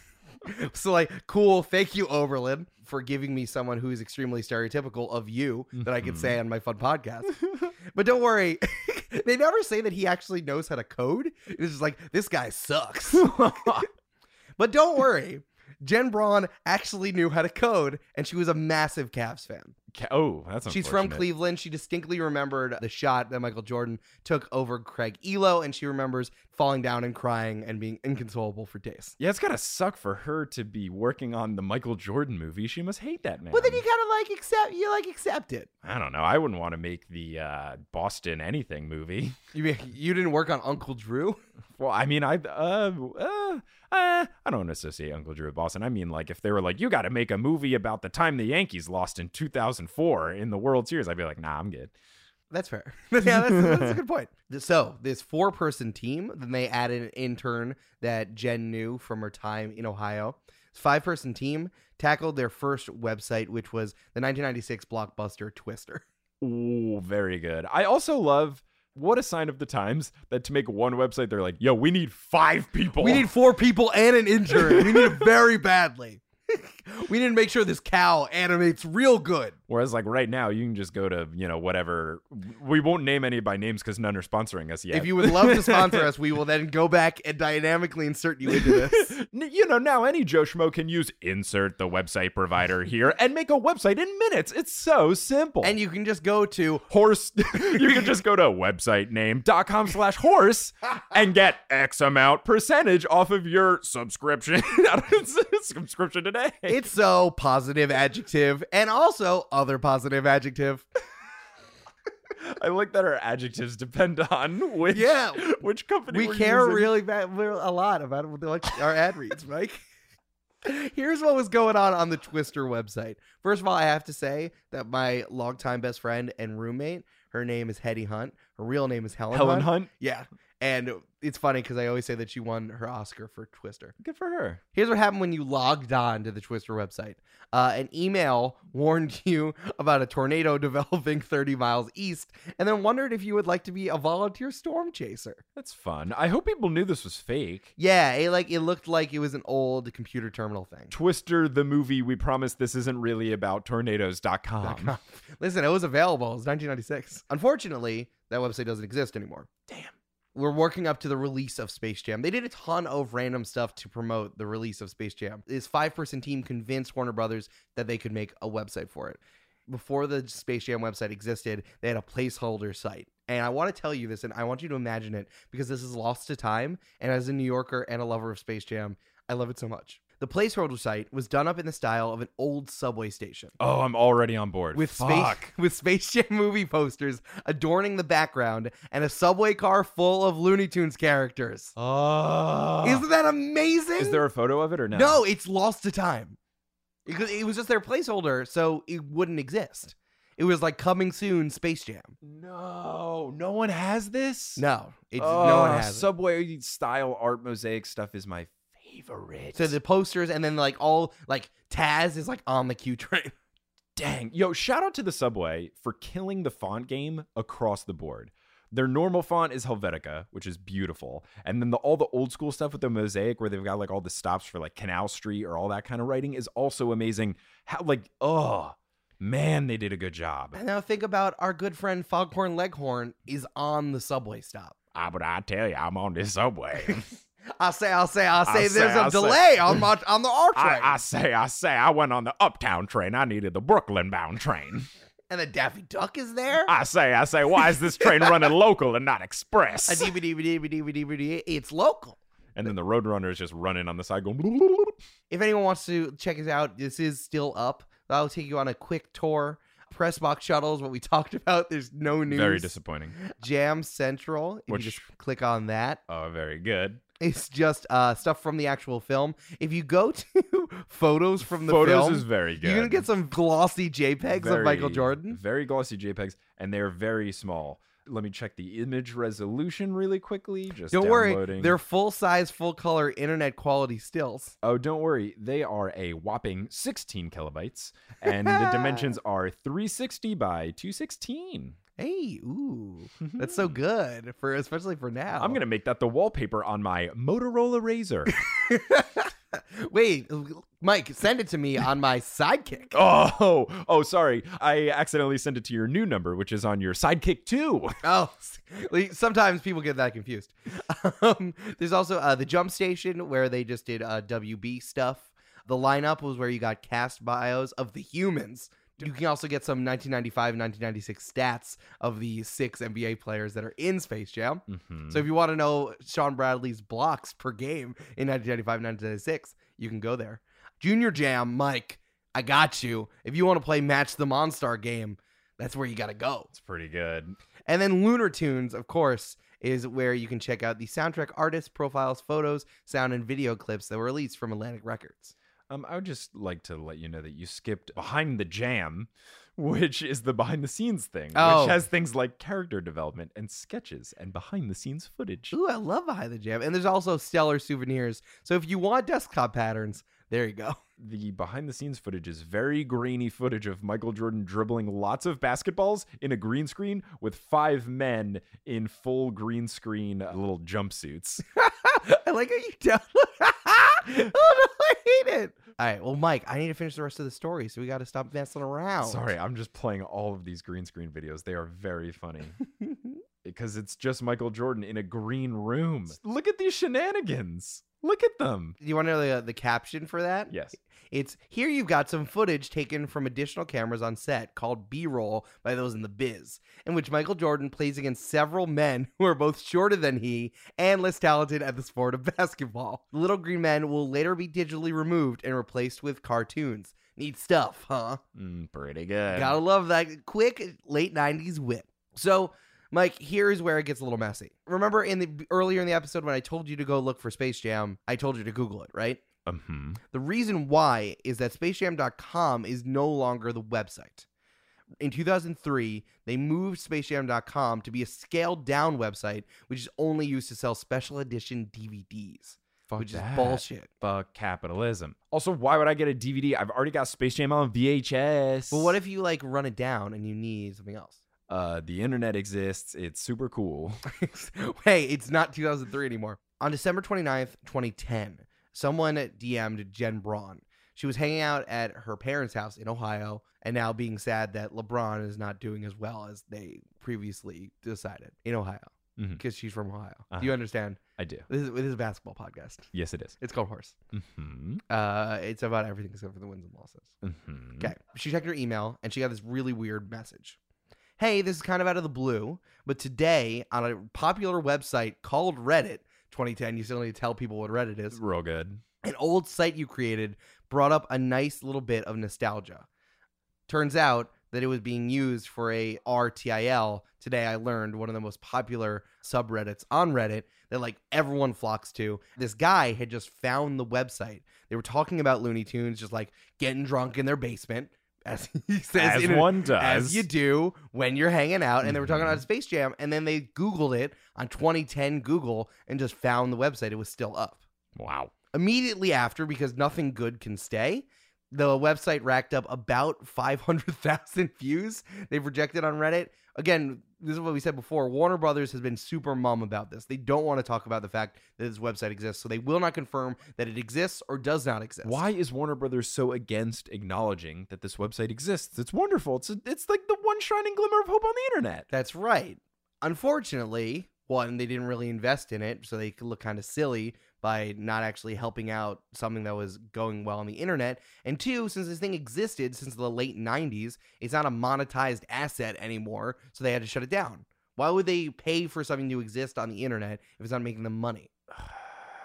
Speaker 2: <laughs> so, like, cool. Thank you, Oberlin, for giving me someone who is extremely stereotypical of you that I could say on my fun podcast. but don't worry. <laughs> They never say that he actually knows how to code. It's just like, this guy sucks. but don't worry. Jen Braun actually knew how to code, and she was a massive Cavs fan.
Speaker 3: Ca- Oh, that's
Speaker 2: She's from
Speaker 3: unfortunate.
Speaker 2: Cleveland. She distinctly remembered the shot that Michael Jordan took over Craig Elo, and she remembers falling down and crying and being inconsolable for days.
Speaker 3: Yeah, it's gotta suck for her to be working on the Michael Jordan movie. She must hate that man.
Speaker 2: But then you kind of like accept you like accept it.
Speaker 3: I don't know. I wouldn't want to make the uh, Boston anything movie. <laughs>
Speaker 2: You mean you didn't work on Uncle Drew? <laughs>
Speaker 3: Well, I mean, I uh, uh, uh, I don't associate Uncle Drew with Boston. I mean, like if they were like, you got to make a movie about the time the Yankees lost in 2004 in the World Series, I'd be like, nah, I'm good.
Speaker 2: That's fair. <laughs> yeah, that's, that's a good point. So this four-person team. Then they added an intern that Jen knew from her time in Ohio. Five-person team tackled their first website, which was the 1996 blockbuster Twister.
Speaker 3: Ooh, very good. I also love what a sign of the times that to make one website, they're like, yo, we need five people.
Speaker 2: We need four people and an intern. We need it very badly. we need to make sure this cow animates real good.
Speaker 3: Whereas, like right now, you can just go to you know whatever. We won't name any by names because none are sponsoring us yet.
Speaker 2: If you would love to sponsor us, we will then go back and dynamically insert you into
Speaker 3: <laughs>
Speaker 2: this.
Speaker 3: N- you know, now any Joe Schmo can use insert the website provider here and make a website in minutes. It's so simple.
Speaker 2: And you can just go to
Speaker 3: horse, <laughs> you can just go to website name.com slash
Speaker 2: <laughs>
Speaker 3: horse and get X amount percentage off of your subscription. <laughs> subscription today.
Speaker 2: it's so positive adjective and also other positive adjective.
Speaker 3: I like that our adjectives depend on which,
Speaker 2: Yeah.
Speaker 3: which company
Speaker 2: We
Speaker 3: we're
Speaker 2: care
Speaker 3: using.
Speaker 2: really bad, we're a lot about what they like our ad reads, Mike. <laughs> Here's what was going on on the Twister website. First of all, I have to say that my longtime best friend and roommate, her name is Hetty Hunt. Her real name is Helen,
Speaker 3: Helen
Speaker 2: Hunt.
Speaker 3: Hunt.
Speaker 2: Yeah. And it's funny because I always say that she won her Oscar for Twister.
Speaker 3: Good for her.
Speaker 2: Here's what happened when you logged on to the Twister website. Uh, an email warned <laughs> you about a tornado <laughs> developing 30 miles east and then wondered if you would like to be a volunteer storm chaser.
Speaker 3: That's fun. I hope people knew this was fake.
Speaker 2: Yeah, it like it looked like it was an old computer terminal thing.
Speaker 3: Twister the movie, we promise this isn't really about tornadoes.com.
Speaker 2: <laughs> Listen, it was available. It was 1996. Unfortunately, that website doesn't exist anymore. Damn. We're working up to the release of Space Jam. They did a ton of random stuff to promote the release of Space Jam. This five person team convinced Warner Brothers that they could make a website for it. Before the Space Jam website existed, they had a placeholder site. And I want to tell you this, and I want you to imagine it because this is lost to time. And as a New Yorker and a lover of Space Jam, I love it so much. The placeholder site was done up in the style of an old subway station
Speaker 3: Oh, I'm already on board.
Speaker 2: with space
Speaker 3: Fuck.
Speaker 2: <laughs> with Space Jam movie posters adorning the background and a subway car full of Looney Tunes characters.
Speaker 3: Oh.
Speaker 2: Isn't that amazing?
Speaker 3: Is there a photo of it or no?
Speaker 2: no? It's lost to time. It, could- it was just their placeholder, so it wouldn't exist. It was like coming soon, Space Jam.
Speaker 3: No. No one has this?
Speaker 2: No, it's
Speaker 3: oh,
Speaker 2: no one has. it.
Speaker 3: Subway style art mosaic stuff is my favorite.
Speaker 2: So the posters, and then like all like Taz is like on the
Speaker 3: <laughs>
Speaker 2: Q train.
Speaker 3: Dang. Yo, shout out to the Subway for killing the font game across the board. Their normal font is Helvetica, which is beautiful. And then the, all the old school stuff with the mosaic where they've got like all the stops for like Canal Street or all that kind of writing is also amazing. How like, oh, man, they did a good job.
Speaker 2: And now think about our good friend Foghorn Leghorn is on the subway stop.
Speaker 3: Ah, but I tell you, I'm on this subway.
Speaker 2: I say, I say, I say.
Speaker 3: I say,
Speaker 2: there's a
Speaker 3: I say.
Speaker 2: delay on my on the R train.
Speaker 3: <laughs> I, I say, I say, I went on the uptown train. I needed the Brooklyn bound train.
Speaker 2: and the Daffy Duck is there.
Speaker 3: I say, I say, why is this train running local and not
Speaker 2: <laughs> A
Speaker 3: express?
Speaker 2: DVD, DVD, DVD, DVD, it's local.
Speaker 3: And then the Roadrunner is just running on the side going. "Bloop, bloop, bloop."
Speaker 2: If anyone wants to check us out, this is still up. I'll take you on a quick tour. press box shuttles, what we <laughs> talked about. There's no news.
Speaker 3: Very disappointing.
Speaker 2: Jam Central. If
Speaker 3: Which-
Speaker 2: you just click on that,
Speaker 3: Oh, very good.
Speaker 2: it's just uh, stuff from the actual film. If you go <laughs> to photos from the
Speaker 3: Photos
Speaker 2: film,
Speaker 3: is very good.
Speaker 2: you're gonna get some glossy JPEGs of Michael
Speaker 3: Very-
Speaker 2: Jordan.
Speaker 3: Very glossy JPEGs, and they're very small. Let me check the image resolution really quickly. Just
Speaker 2: Don't worry,
Speaker 3: downloading.
Speaker 2: they're full size, full color, internet quality stills.
Speaker 3: Oh, don't worry. They are a whopping 16 kilobytes, and the
Speaker 2: <laughs>
Speaker 3: dimensions are 360 by 216.
Speaker 2: Hey, ooh,
Speaker 3: <laughs>
Speaker 2: that's so good for especially for now.
Speaker 3: I'm gonna make that the wallpaper on my Motorola
Speaker 2: <laughs>
Speaker 3: Razor.
Speaker 2: wait, Mike, send it to me
Speaker 3: <laughs>
Speaker 2: on my sidekick.
Speaker 3: <laughs> oh, oh, sorry. I accidentally sent it to your new number, which is on your Sidekick
Speaker 2: <laughs>
Speaker 3: too.
Speaker 2: Oh, like, sometimes people get that confused. <laughs> Um, there's also uh, the jump station where they just did uh, WB stuff. The lineup was where you got cast bios of the humans. You can also get some 1995 and 1996 stats of the six NBA players that are in Space Jam.
Speaker 3: Mm-hmm.
Speaker 2: So if you want to know Sean Bradley's blocks per game in 1995 and 1996, you can go there. Junior Jam, Mike, I got you. If you want to play Match the Monstar game, that's where you got to go.
Speaker 3: it's pretty good.
Speaker 2: And then Lunar Tunes, of course, is where you can check out the soundtrack artists, profiles, photos, sound, and video clips that were released from Atlantic Records.
Speaker 3: Um, I would just like to let you know that you skipped behind the jam, <laughs> which is the behind the scenes thing,
Speaker 2: Oh.
Speaker 3: which has things like character development and sketches and behind the scenes footage.
Speaker 2: Ooh, I love Behind the Jam. And there's also stellar souvenirs. So if you want desktop patterns, there you go.
Speaker 3: The behind the scenes footage is very grainy footage of Michael Jordan dribbling lots of basketballs in a green screen with five men in full green screen uh, little jumpsuits.
Speaker 2: <laughs> I like how you download. oh, no, I hate it. All right. Well, Mike, I need to finish the rest of the story. So we got to stop messing around.
Speaker 3: Sorry, I'm just playing all of these green screen videos. They are very
Speaker 2: <laughs>
Speaker 3: funny. because it's just Michael Jordan in a green room. Look at these shenanigans. Look at them.
Speaker 2: Do you want to know the, uh, the caption for that?
Speaker 3: Yes.
Speaker 2: It's here you've got some footage taken from additional cameras on set called B roll by those in the biz, in which Michael Jordan plays against several men <laughs> who are both shorter than he and less talented at the sport of <laughs> basketball. The little green men will later be digitally removed and replaced with cartoons. Neat stuff, huh?
Speaker 3: Mm, pretty good.
Speaker 2: Gotta love that quick late 90s whip. So, Mike, here's where it gets a little messy. Remember in the earlier in the episode when I told you to go look for Space Jam, I told you to Google it, right?
Speaker 3: Mhm.
Speaker 2: The reason why is that spacejam.com is no longer the website. In 2003, they moved spacejam.com to be a scaled down website, which is only used to sell special edition DVDs,
Speaker 3: Fuck
Speaker 2: which is
Speaker 3: that.
Speaker 2: bullshit.
Speaker 3: Fuck capitalism. Also, why would I get a DVD? I've already got Space Jam on VHS.
Speaker 2: But what if you like run it down and you need something else?
Speaker 3: uh, the internet exists? It's super cool.
Speaker 2: <laughs> hey, it's not 2003 anymore. On December 29th, 2010, someone DM'd Jen Braun. She was hanging out at her parents' house in Ohio and now being sad that LeBron is not doing as well as they previously decided in Ohio
Speaker 3: Mhm.
Speaker 2: because she's from Ohio.
Speaker 3: Uh-huh.
Speaker 2: Do you understand?
Speaker 3: I do.
Speaker 2: This is, this is a basketball podcast.
Speaker 3: Yes, it is.
Speaker 2: It's called Horse.
Speaker 3: Mm-hmm.
Speaker 2: Uh, it's about everything except for the wins and losses.
Speaker 3: Mm-hmm.
Speaker 2: Okay. She checked her email and she got this really weird message. Hey, this is kind of out of the blue, but today on a popular website called Reddit, 2010, you still need to tell people what Reddit is,
Speaker 3: Real good.
Speaker 2: an old site you created brought up a nice little bit of nostalgia. Turns out that it was being used for a RTIL. Today I learned one of the most popular subreddits on Reddit that like everyone flocks to. This guy had just found the website. They were talking about Looney Tunes just like getting drunk in their basement as <laughs> he says
Speaker 3: As
Speaker 2: in a-
Speaker 3: one does.
Speaker 2: as you do when you're hanging out. And they were talking
Speaker 3: Mhm.
Speaker 2: about Space Jam, and then they Googled it on 2010 Google and just found the website. It was still up.
Speaker 3: Wow.
Speaker 2: Immediately after, because nothing good can stay, the website racked up about <laughs> 500,000 views they've rejected on Reddit. Again, this is what we said before. Warner Brothers has been super mum about this. They don't want to talk about the fact that this website exists, so they will not confirm that it exists or does not exist.
Speaker 3: Why is Warner Brothers so against acknowledging that this website exists? It's wonderful. It's it's like the one shining glimmer of hope on the internet. <sighs>
Speaker 2: That's right. Unfortunately, one, they didn't really invest in it, so they could look kind of silly by not actually helping out something that was going well on the internet. And two, since this thing existed since the late 90s, it's not a monetized asset anymore, so they had to shut it down. Why would they pay for something to exist on the internet if it's not making them money?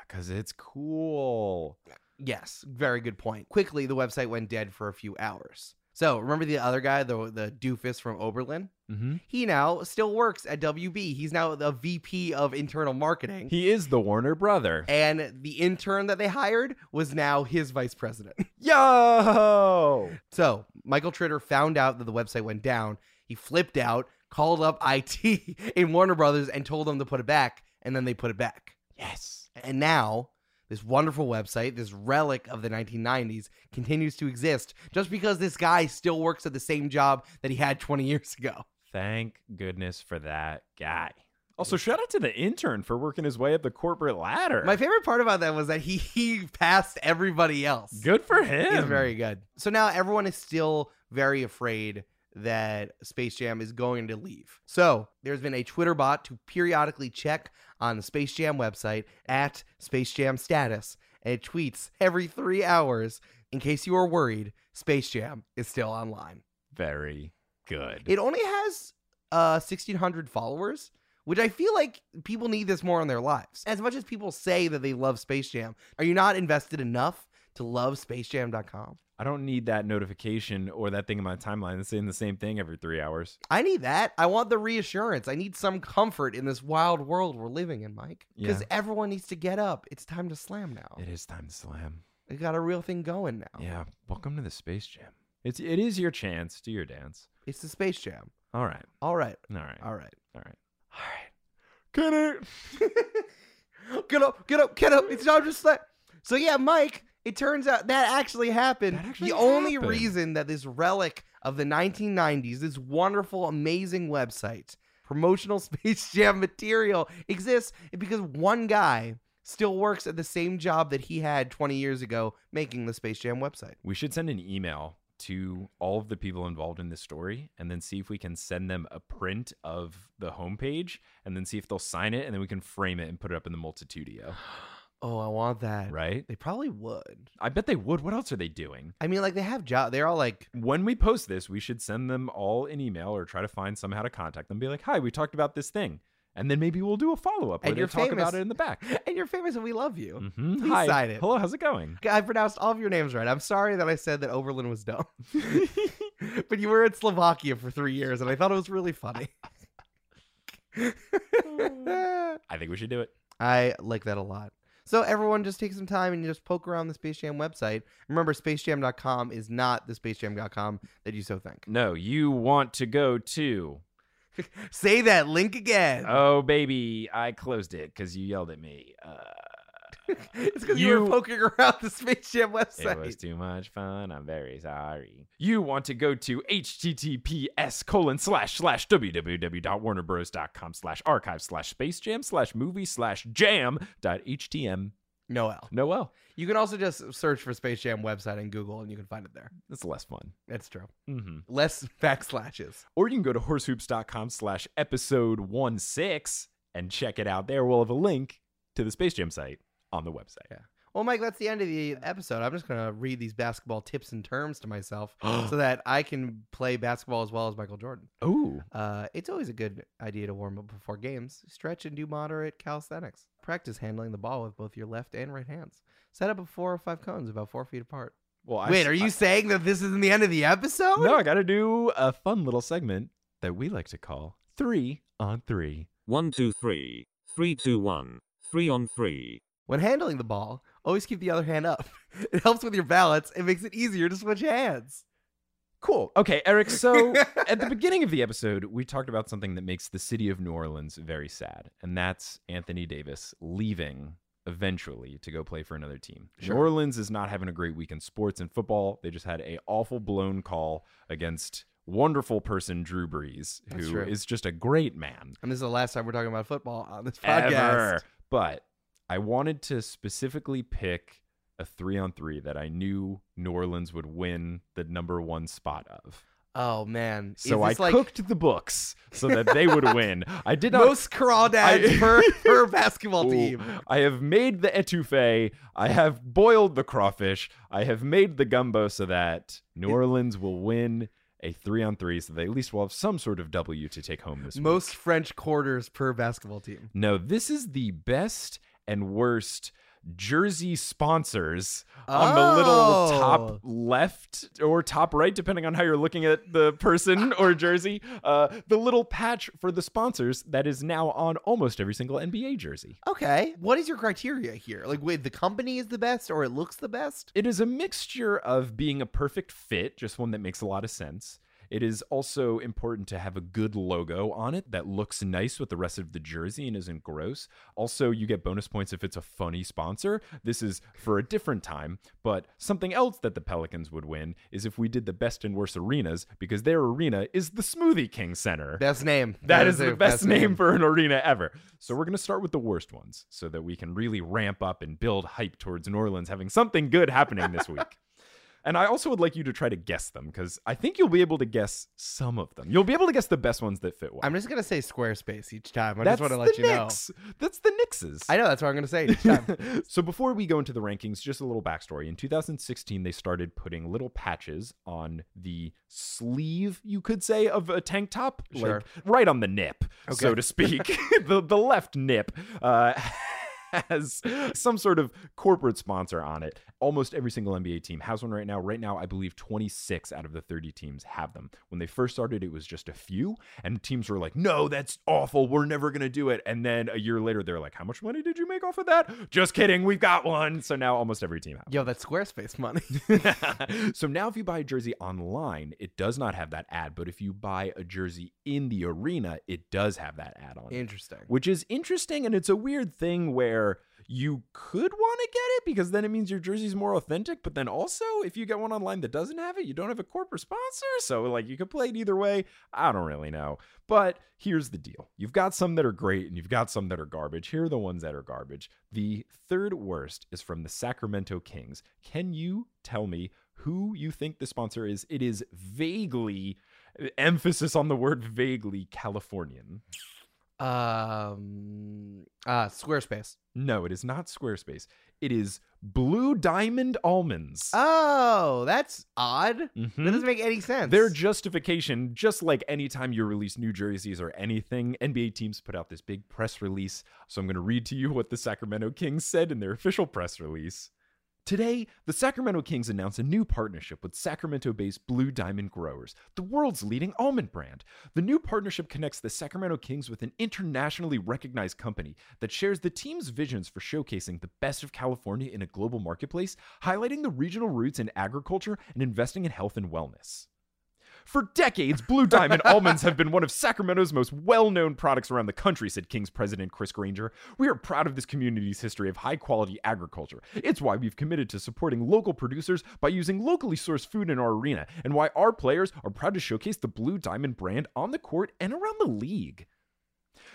Speaker 3: Cause it's cool.
Speaker 2: Yes, very good point. Quickly, the website went dead for a few hours. So remember the other guy, the the doofus from Oberlin?
Speaker 3: Mm-hmm.
Speaker 2: He now still works at WB. He's now the VP of internal marketing.
Speaker 3: He is the Warner brother.
Speaker 2: Eh. and the intern that they hired was now his vice president. <laughs>
Speaker 3: Yo!
Speaker 2: So Michael Tritter found out that the website went down. He flipped out, called up <laughs> IT in Warner Brothers, and told them to put it back. And then they put it back.
Speaker 3: Yes.
Speaker 2: And now, this wonderful website, this relic of the 1990s, continues to exist just because this guy still works at the same job that he had 20 years ago.
Speaker 3: Thank goodness for that guy. Also, shout out to the intern for working his way up the corporate ladder.
Speaker 2: My favorite part about that was that he, he passed everybody else.
Speaker 3: Good for him.
Speaker 2: He's very good. So now everyone is still very afraid that Space Jam is going to leave. So there's been a Twitter bot to periodically check on the Space Jam website at Space Jam status, and it tweets every three hours in case you are worried. Space Jam is still online.
Speaker 3: very good.
Speaker 2: It only has uh 1600 followers, which I feel like people need this more in their lives. As much as people say that they love Space Jam, are you not invested enough to love spacejam.com?
Speaker 3: I don't need that notification or that thing in my timeline that's saying the same thing every three hours.
Speaker 2: I need that. I want the reassurance. I need some comfort in this wild world we're living in, Mike. Because
Speaker 3: Yeah.
Speaker 2: everyone needs to get up. It's time to slam now.
Speaker 3: It is time to slam.
Speaker 2: We got a real thing going now.
Speaker 3: Yeah. Welcome to the Space Jam. It's it is your chance. Do your dance.
Speaker 2: It's the Space Jam.
Speaker 3: All right.
Speaker 2: All right.
Speaker 3: All right. All
Speaker 2: All right.
Speaker 3: right. All right. Get it.
Speaker 2: <laughs> get up. Get up. Get up. It's time to slam. So, yeah, Mike, it turns out that actually happened.
Speaker 3: That actually
Speaker 2: the only
Speaker 3: happened.
Speaker 2: reason that this relic of the 1990s, this wonderful, amazing website, promotional <laughs> Space Jam material exists is because one guy still works at the same job that he had 20 years ago making the Space Jam website.
Speaker 3: We should send an email to all of the people involved in this story and then see if we can send them a print of the homepage and then see if they'll sign it and then we can frame it and put it up in the <sighs> multitudio.
Speaker 2: Oh, I want that.
Speaker 3: Right?
Speaker 2: They probably would.
Speaker 3: I bet they would. What else are they doing?
Speaker 2: I mean, like they have job. They're all like,
Speaker 3: when we post this, we should send them all an email or try to find somehow to contact them. Be like, "Hi, we talked about this thing," and then maybe we'll do a follow up
Speaker 2: And
Speaker 3: and
Speaker 2: you're
Speaker 3: talk
Speaker 2: famous.
Speaker 3: about it in the back.
Speaker 2: and you're famous and we love you.
Speaker 3: Mhm.
Speaker 2: Please
Speaker 3: Hi,
Speaker 2: sign it.
Speaker 3: hello, how's it going?
Speaker 2: I pronounced all of your names right. I'm sorry that I said that Oberlin was dumb. <laughs> but you were in Slovakia for three years, and I thought it was really funny.
Speaker 3: I think we should do it.
Speaker 2: I like that a lot. So everyone just take some time and just poke around the Space Jam website. Remember, spacejam.com is not the spacejam.com that you so think.
Speaker 3: No, you want to go to?
Speaker 2: Say that link again.
Speaker 3: Oh, baby, I closed it because you yelled at me. Uh,
Speaker 2: it's because you, were
Speaker 3: you-
Speaker 2: poking around the Space Jam
Speaker 3: it was
Speaker 2: website.
Speaker 3: too much fun. I'm very sorry. You want to go to https colon slash slash www.warnerbros.com slash archive slash space jam slash movie slash jam dot htm.
Speaker 2: Noel.
Speaker 3: Noel.
Speaker 2: You can also just search for Space Jam website in Google, and you can find it there.
Speaker 3: That's less fun.
Speaker 2: That's true.
Speaker 3: Mm-hmm.
Speaker 2: Less backslashes.
Speaker 3: Or you can go to horsehoops.com slash episode one six and check it out there. We'll have a link to the Space Jam site on the website.
Speaker 2: Well, Mike, that's the end of the episode. I'm just going to read these basketball tips and terms
Speaker 3: <gasps>
Speaker 2: to myself so that I can play basketball as well as Michael Jordan.
Speaker 3: Ooh.
Speaker 2: Uh, it's always a good idea to warm up before games. Stretch and do moderate calisthenics. Practice handling the ball with both your left and right hands. Set up a four or five cones about four feet apart.
Speaker 3: Well, Oh, I-
Speaker 2: Wait, are you
Speaker 3: I-
Speaker 2: saying that this isn't the end of the episode?
Speaker 3: no, I got to do a fun little segment that we like to call three on three.
Speaker 4: One, two, three. Three, two, one. Three on three.
Speaker 2: When handling the ball, always keep the other hand up. <laughs> It helps with your balance. It makes it easier to switch hands. <laughs>
Speaker 3: Cool. Okay, Eric. <laughs> So at the beginning of the episode, we talked about something that makes the city of New Orleans very sad, and that's Anthony Davis leaving eventually to go play for another team.
Speaker 2: Sure.
Speaker 3: New Orleans is not having a great week in sports and football. They just had a awful blown call against wonderful person Drew Brees,
Speaker 2: That's
Speaker 3: who
Speaker 2: true.
Speaker 3: is just a great man.
Speaker 2: And this is the last time we're talking about football on this podcast.
Speaker 3: Ever. But I wanted to specifically pick a three on three that I knew New Orleans would win the number one spot of.
Speaker 2: Oh man! Is
Speaker 3: So I
Speaker 2: this, like,
Speaker 3: cooked the books so that they
Speaker 2: <laughs>
Speaker 3: would win. I did not. <laughs>
Speaker 2: most crawdads
Speaker 3: I- <laughs>
Speaker 2: per per basketball
Speaker 3: Ooh.
Speaker 2: team.
Speaker 3: I have made the etouffee. I have boiled the crawfish. I have made the gumbo so that New Orleans will win a three on three, so they at least will have some sort of W to take home this week.
Speaker 2: Most French quarters per basketball team.
Speaker 3: No, this is the best and worst jersey sponsors on the little
Speaker 2: Oh.
Speaker 3: top left or top right, depending on how you're looking at the person or jersey. Uh, the little patch for the sponsors that is now on almost every single NBA jersey.
Speaker 2: Okay. What is your criteria here? Like, wait, the company is the best or it looks the best?
Speaker 3: It is a mixture of being a perfect fit, just one that makes a lot of sense. It is also important to have a good logo on it that looks nice with the rest of the jersey and isn't gross. Also, you get bonus points if it's a funny sponsor. This is for a different time, but something else that the Pelicans would win is if we did the best and worst arenas because their arena is the Smoothie King Center.
Speaker 2: Best name.
Speaker 3: That is the
Speaker 2: their
Speaker 3: best, name, for an arena ever. So we're going to start with the worst ones so that we can really ramp up and build hype towards New Orleans having something good happening
Speaker 2: <laughs>
Speaker 3: this week. And I also would like you to try to guess them because I think you'll be able to guess some of them. You'll be able to guess the best ones that fit well.
Speaker 2: I'm just gonna say Squarespace each time. I
Speaker 3: that's
Speaker 2: just want to let
Speaker 3: the
Speaker 2: you know.
Speaker 3: Knicks. That's the Knicks's.
Speaker 2: I know that's what I'm gonna say each time.
Speaker 3: <laughs> so before we go into the rankings, just a little backstory. In 2016, they started putting little patches on the sleeve, you could say, of a tank top,
Speaker 2: Sure.
Speaker 3: like right on the nip, so
Speaker 2: Okay.
Speaker 3: to speak. <laughs> the the left nip. Uh, <laughs> has some sort of corporate sponsor on it. Almost every single NBA team has one right now. Right now, I believe 26 out of the 30 teams have them. When they first started, it was just a few, and teams were like, no, that's awful. We're never going to do it. And then a year later, they're like, how much money did you make off of that? Just kidding. We've got one. So now almost every team has
Speaker 2: Yo, that's
Speaker 3: <laughs>
Speaker 2: Squarespace money.
Speaker 3: so now if you buy a jersey online, it does not have that ad, but if you buy a jersey in the arena, it does have that ad on. it
Speaker 2: Interesting.
Speaker 3: which is interesting and it's a weird thing where you could want to get it because then it means your jersey's more authentic but then also if you get one online that doesn't have it you don't have a corporate sponsor so like you could play it either way i don't really know but here's the deal you've got some that are great and you've got some that are garbage here are the ones that are garbage the third worst is from the sacramento kings can you tell me who you think the sponsor is it is vaguely emphasis on the word vaguely californian
Speaker 2: Um, uh, Squarespace.
Speaker 3: No, it is not Squarespace. It is Blue Diamond Almonds.
Speaker 2: Oh, that's odd.
Speaker 3: Mhm.
Speaker 2: That doesn't make any sense.
Speaker 3: Their justification, just like anytime you release new jerseys or anything, NBA teams put out this big press release. So I'm going to read to you what the Sacramento Kings said in their official press release. Today, the Sacramento Kings announced a new partnership with Sacramento based Blue Diamond Growers, the world's leading almond brand. The new partnership connects the Sacramento Kings with an internationally recognized company that shares the team's visions for showcasing the best of California in a global marketplace, highlighting the regional roots in agriculture and investing in health and wellness. For decades, Blue Diamond almonds have been one of Sacramento's most well known products around the country, said King's president Chris Granger. We are proud of this community's history of high quality agriculture. It's why we've committed to supporting local producers by using locally sourced food in our arena, and why our players are proud to showcase the Blue Diamond brand on the court and around the league.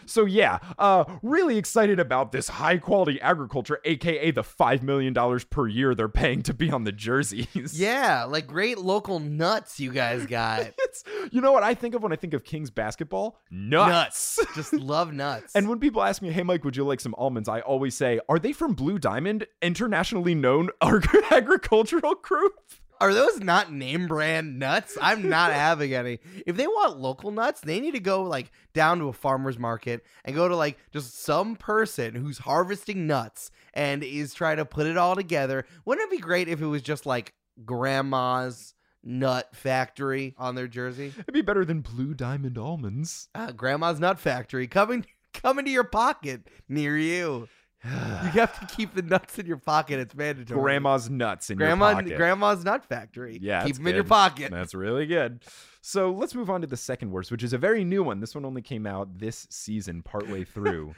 Speaker 3: So yeah, uh, really excited about this high quality agriculture, aka the five million dollars per year they're paying to be on the jerseys.
Speaker 2: <laughs> yeah, like great local nuts you guys got.
Speaker 3: It's, you know what I think of when I think of Kings basketball? <laughs> Nuts.
Speaker 2: Just love nuts.
Speaker 3: And when people ask me, hey, Mike, would you like some almonds? I always say, are they from Blue Diamond, internationally known <laughs> ag- agricultural group?
Speaker 2: Are those not name brand nuts? I'm not <laughs> having any. If they want local nuts, they need to go like down to a farmer's market and go to like just some person who's harvesting nuts and is trying to put it all together. Wouldn't it be great if it was just like grandma's nut factory on their jersey?
Speaker 3: It'd be better than Blue Diamond almonds.
Speaker 2: Ah, grandma's nut factory coming <laughs> coming to your pocket near you. <laughs> <sighs> You have to keep the nuts in your pocket. It's mandatory.
Speaker 3: Grandma's nuts in your
Speaker 2: Grandma,
Speaker 3: pocket.
Speaker 2: grandma's nut factory.
Speaker 3: Yeah,
Speaker 2: keep
Speaker 3: it's
Speaker 2: them in your
Speaker 3: good. <laughs>
Speaker 2: pocket.
Speaker 3: That's really good. So let's move on to the second worst, which is a very new one. This one only came out this season, partway
Speaker 2: <laughs>
Speaker 3: through.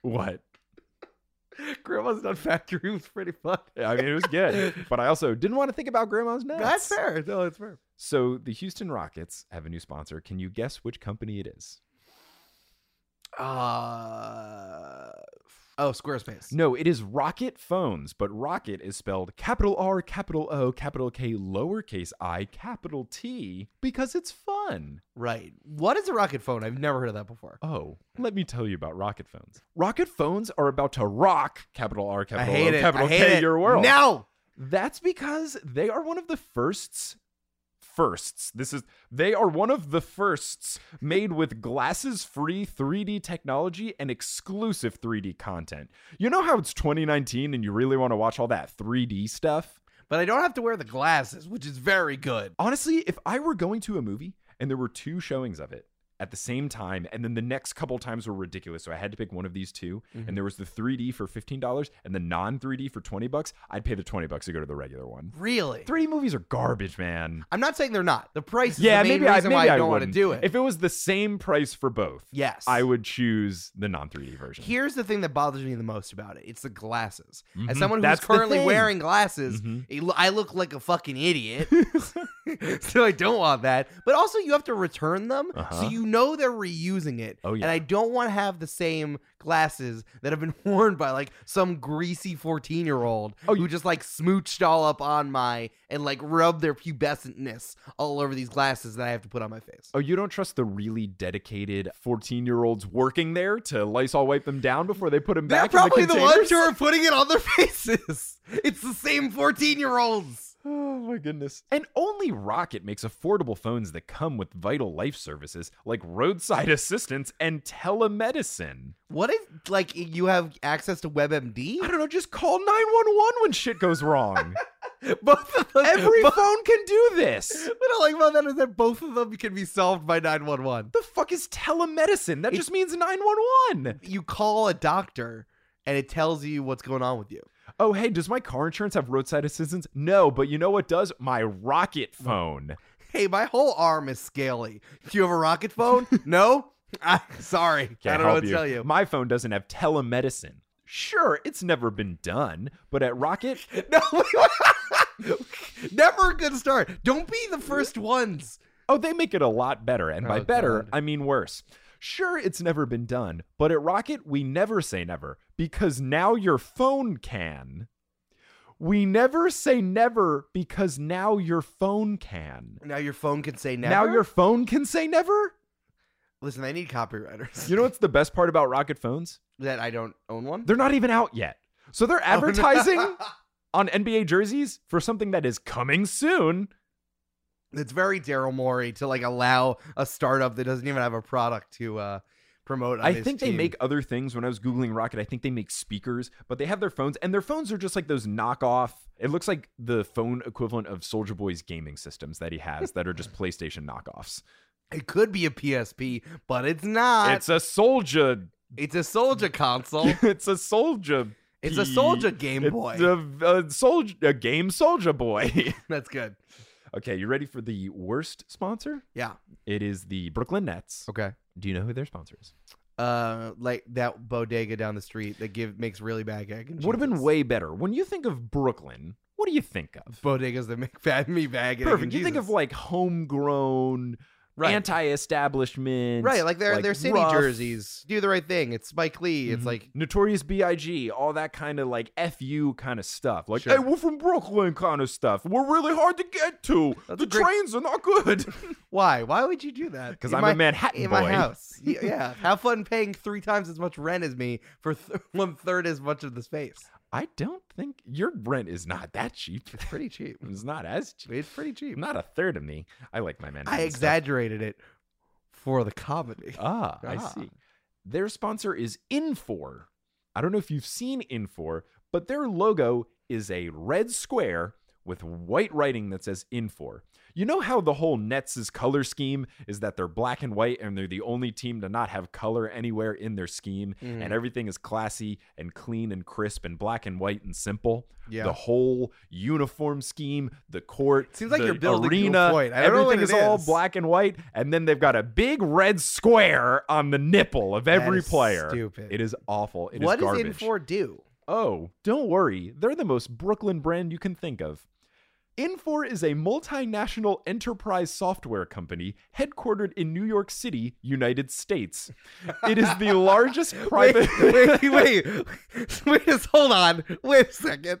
Speaker 3: what?
Speaker 2: Grandma's Nut Factory was pretty fun.
Speaker 3: I mean, it was good, but I also didn't want to think about Grandma's nuts.
Speaker 2: That's fair. No, that's fair.
Speaker 3: So the Houston Rockets have a new sponsor. Can you guess which company it is?
Speaker 2: Uh, oh, Squarespace.
Speaker 3: No, it is Rocket Phones, but Rocket is spelled capital R, capital O, capital K, lowercase i, capital T because it's fun.
Speaker 2: Right. What is a rocket phone? I've never heard of that before.
Speaker 3: Oh, let me tell you about Rocket Phones. Rocket Phones are about to rock capital R,
Speaker 2: I
Speaker 3: capital
Speaker 2: hate
Speaker 3: O,
Speaker 2: it.
Speaker 3: capital
Speaker 2: I hate
Speaker 3: K
Speaker 2: it.
Speaker 3: your world.
Speaker 2: No.
Speaker 3: That's because they are one of the firsts firsts. This is they are one of the firsts made with glasses-free 3D technology and exclusive 3D content. You know how it's 2019 and you really want to watch all that 3D stuff?
Speaker 2: But I don't have to wear the glasses, which is very good.
Speaker 3: Honestly, if I were going to a movie and there were two showings of it at the same time, and then the next couple times were ridiculous, so I had to pick one of these 2 and there was the 3D for fifteen dollars and the non-3D for twenty bucks, I'd pay the twenty bucks to go to the regular one.
Speaker 2: Really?
Speaker 3: 3D movies are garbage, man.
Speaker 2: I'm not saying they're not. The price is
Speaker 3: Yeah,
Speaker 2: the main
Speaker 3: maybe I
Speaker 2: reason
Speaker 3: maybe
Speaker 2: why I
Speaker 3: I
Speaker 2: don't want to
Speaker 3: wouldn't.
Speaker 2: do it.
Speaker 3: If it was the same price for both,
Speaker 2: yes.
Speaker 3: I would choose the non-3D version.
Speaker 2: Here's the thing that bothers me the most about it. It's the glasses.
Speaker 3: Mhm.
Speaker 2: As someone who's
Speaker 3: That's the
Speaker 2: currently
Speaker 3: thing.
Speaker 2: wearing glasses,
Speaker 3: Mhm.
Speaker 2: it lo- I look like a
Speaker 3: <laughs>
Speaker 2: fucking idiot. <laughs> so I don't want that. But also, you have to return them, so
Speaker 3: Uh-huh.
Speaker 2: you know they're reusing it.
Speaker 3: Oh, yeah.
Speaker 2: And I don't want to have the same glasses that have been <laughs> worn by like some greasy fourteen-year-old
Speaker 3: Oh,
Speaker 2: who just like smooched all up on my and like rubbed their pubescentness all over these glasses that I have to put on my face.
Speaker 3: Oh, you don't trust the really dedicated 14 year olds working there to Lysol wipe them down before they put them
Speaker 2: They're
Speaker 3: back?
Speaker 2: probably
Speaker 3: in
Speaker 2: the,
Speaker 3: the,
Speaker 2: ones who
Speaker 3: containers?
Speaker 2: are putting it on their <laughs> faces. It's the same 14 year olds.
Speaker 3: <laughs> Oh my goodness. And only Rocket makes affordable phones that come with vital life services like roadside <laughs> assistance and telemedicine.
Speaker 2: What if, like, you have access to <laughs>
Speaker 3: I
Speaker 2: WebMD?
Speaker 3: don't know, just call 911 when shit goes wrong.
Speaker 2: <laughs> Both of them.
Speaker 3: Every
Speaker 2: both,
Speaker 3: phone can do this.
Speaker 2: what I like about that is that both of them can be solved by 911.
Speaker 3: The fuck is telemedicine? That
Speaker 2: It-
Speaker 3: just means 911.
Speaker 2: You call a doctor and it tells you what's going on with you.
Speaker 3: Oh, hey, does my car insurance have roadside assistance? No, but you know what does? My Rocket
Speaker 2: Hmm.
Speaker 3: phone.
Speaker 2: Hey, my whole arm is scaly. Do you have a rocket <laughs> phone? no? I, sorry. I
Speaker 3: Can't
Speaker 2: don't know
Speaker 3: help
Speaker 2: what to tell you. <laughs>
Speaker 3: My phone doesn't have telemedicine. Sure, it's never been done, but at
Speaker 2: <laughs>
Speaker 3: Rocket,
Speaker 2: No, we- <laughs> never a good start. Don't be the first ones.
Speaker 3: oh, they make it a lot better. And by
Speaker 2: Oh,
Speaker 3: better,
Speaker 2: God.
Speaker 3: I mean worse. Sure, it's never been done, but at Rocket, we never say never because now your phone can. We never say never because now your phone can.
Speaker 2: Now your phone can say never.
Speaker 3: Now your phone can say never?
Speaker 2: Listen, I need copywriters.
Speaker 3: You know what's the best part about Rocket phones?
Speaker 2: that I don't own one. <laughs> Oh,
Speaker 3: They're not even out yet. So they're advertising on NBA jerseys for something that is coming soon.
Speaker 2: it's very Daryl Morey to like allow a startup that doesn't even have a product to uh, promote. on
Speaker 3: I
Speaker 2: his
Speaker 3: think they
Speaker 2: team.
Speaker 3: make other things. When I was Googling Rocket, I think they make speakers, but they have their phones, and their phones are just like those knockoff. It looks like the phone equivalent of Soldier Boy's gaming systems that he has that are just PlayStation knockoffs.
Speaker 2: it could be a PSP, but it's not.
Speaker 3: it's a Soldier.
Speaker 2: It's a soldier console.
Speaker 3: <laughs> It's a Soldier.
Speaker 2: it's a
Speaker 3: P-
Speaker 2: soldier Game Boy. <laughs>
Speaker 3: It's <laughs> a, a soldier, a game Soldier Boy. <laughs>
Speaker 2: That's good.
Speaker 3: okay, you ready for the worst sponsor?
Speaker 2: Yeah. Oh.
Speaker 3: It is the Brooklyn Nets.
Speaker 2: Okay.
Speaker 3: Do you know who their sponsor is?
Speaker 2: Uh, like that bodega down the street that give makes really bad egg. and
Speaker 3: Would have been
Speaker 2: cheeses.
Speaker 3: way better. When you think of Brooklyn, what do you think of?
Speaker 2: bodegas that make bad me bag. and egg and
Speaker 3: Perfect. You think of
Speaker 2: cheeses.
Speaker 3: like homegrown,
Speaker 2: Right.
Speaker 3: anti-establishment,
Speaker 2: right, like their their city
Speaker 3: rough,
Speaker 2: jerseys. Do the right thing. It's Spike Lee. It's
Speaker 3: mhm,
Speaker 2: like
Speaker 3: Notorious B.I.G., all that kind of like fu kind of stuff. Like,
Speaker 2: Sure.
Speaker 3: hey, we're from Brooklyn kind of stuff. We're really hard to get to.
Speaker 2: That's
Speaker 3: the
Speaker 2: a great-
Speaker 3: trains are not
Speaker 2: <laughs>
Speaker 3: good.
Speaker 2: Why? Why would you do that?
Speaker 3: Because
Speaker 2: In
Speaker 3: I'm
Speaker 2: my,
Speaker 3: a Manhattan
Speaker 2: in
Speaker 3: boy.
Speaker 2: my house.
Speaker 3: <laughs>
Speaker 2: Y- Yeah. Have fun paying three times as much rent as me for th- <laughs> one third as much of the space.
Speaker 3: I don't think your rent is not that cheap. <laughs>
Speaker 2: It's pretty cheap.
Speaker 3: It's not as cheap.
Speaker 2: <laughs> It's pretty cheap.
Speaker 3: Not a third of me. I like my Manhattan.
Speaker 2: I
Speaker 3: stuff.
Speaker 2: exaggerated it for the comedy.
Speaker 3: Ah, I
Speaker 2: Ah.
Speaker 3: see. Their sponsor is Infor. I don't know if you've seen Infor, but their logo is a red square with white writing that says Infor. You know how the whole Nets' color scheme is that they're black and white and they're the only team to not have color anywhere in their scheme
Speaker 2: Mm.
Speaker 3: and everything is classy and clean and crisp and black and white and simple?
Speaker 2: yeah.
Speaker 3: The whole uniform scheme, the court,
Speaker 2: Seems like
Speaker 3: the
Speaker 2: you're building to a
Speaker 3: arena,
Speaker 2: point. I don't know
Speaker 3: everything
Speaker 2: what
Speaker 3: is
Speaker 2: it
Speaker 3: all
Speaker 2: is.
Speaker 3: black and white, and then they've got a big red square on the nipple of
Speaker 2: That
Speaker 3: every
Speaker 2: is
Speaker 3: player.
Speaker 2: Stupid.
Speaker 3: It is awful. It is
Speaker 2: what does
Speaker 3: garbage.
Speaker 2: Infor do?
Speaker 3: Oh, don't worry. They're the most Brooklyn brand you can think of. Infor is a multinational enterprise software company headquartered in New York City, United States. It is
Speaker 2: <laughs>
Speaker 3: the largest private.
Speaker 2: Wait, <laughs> wait, wait, wait. <laughs> Just hold on. Wait a second.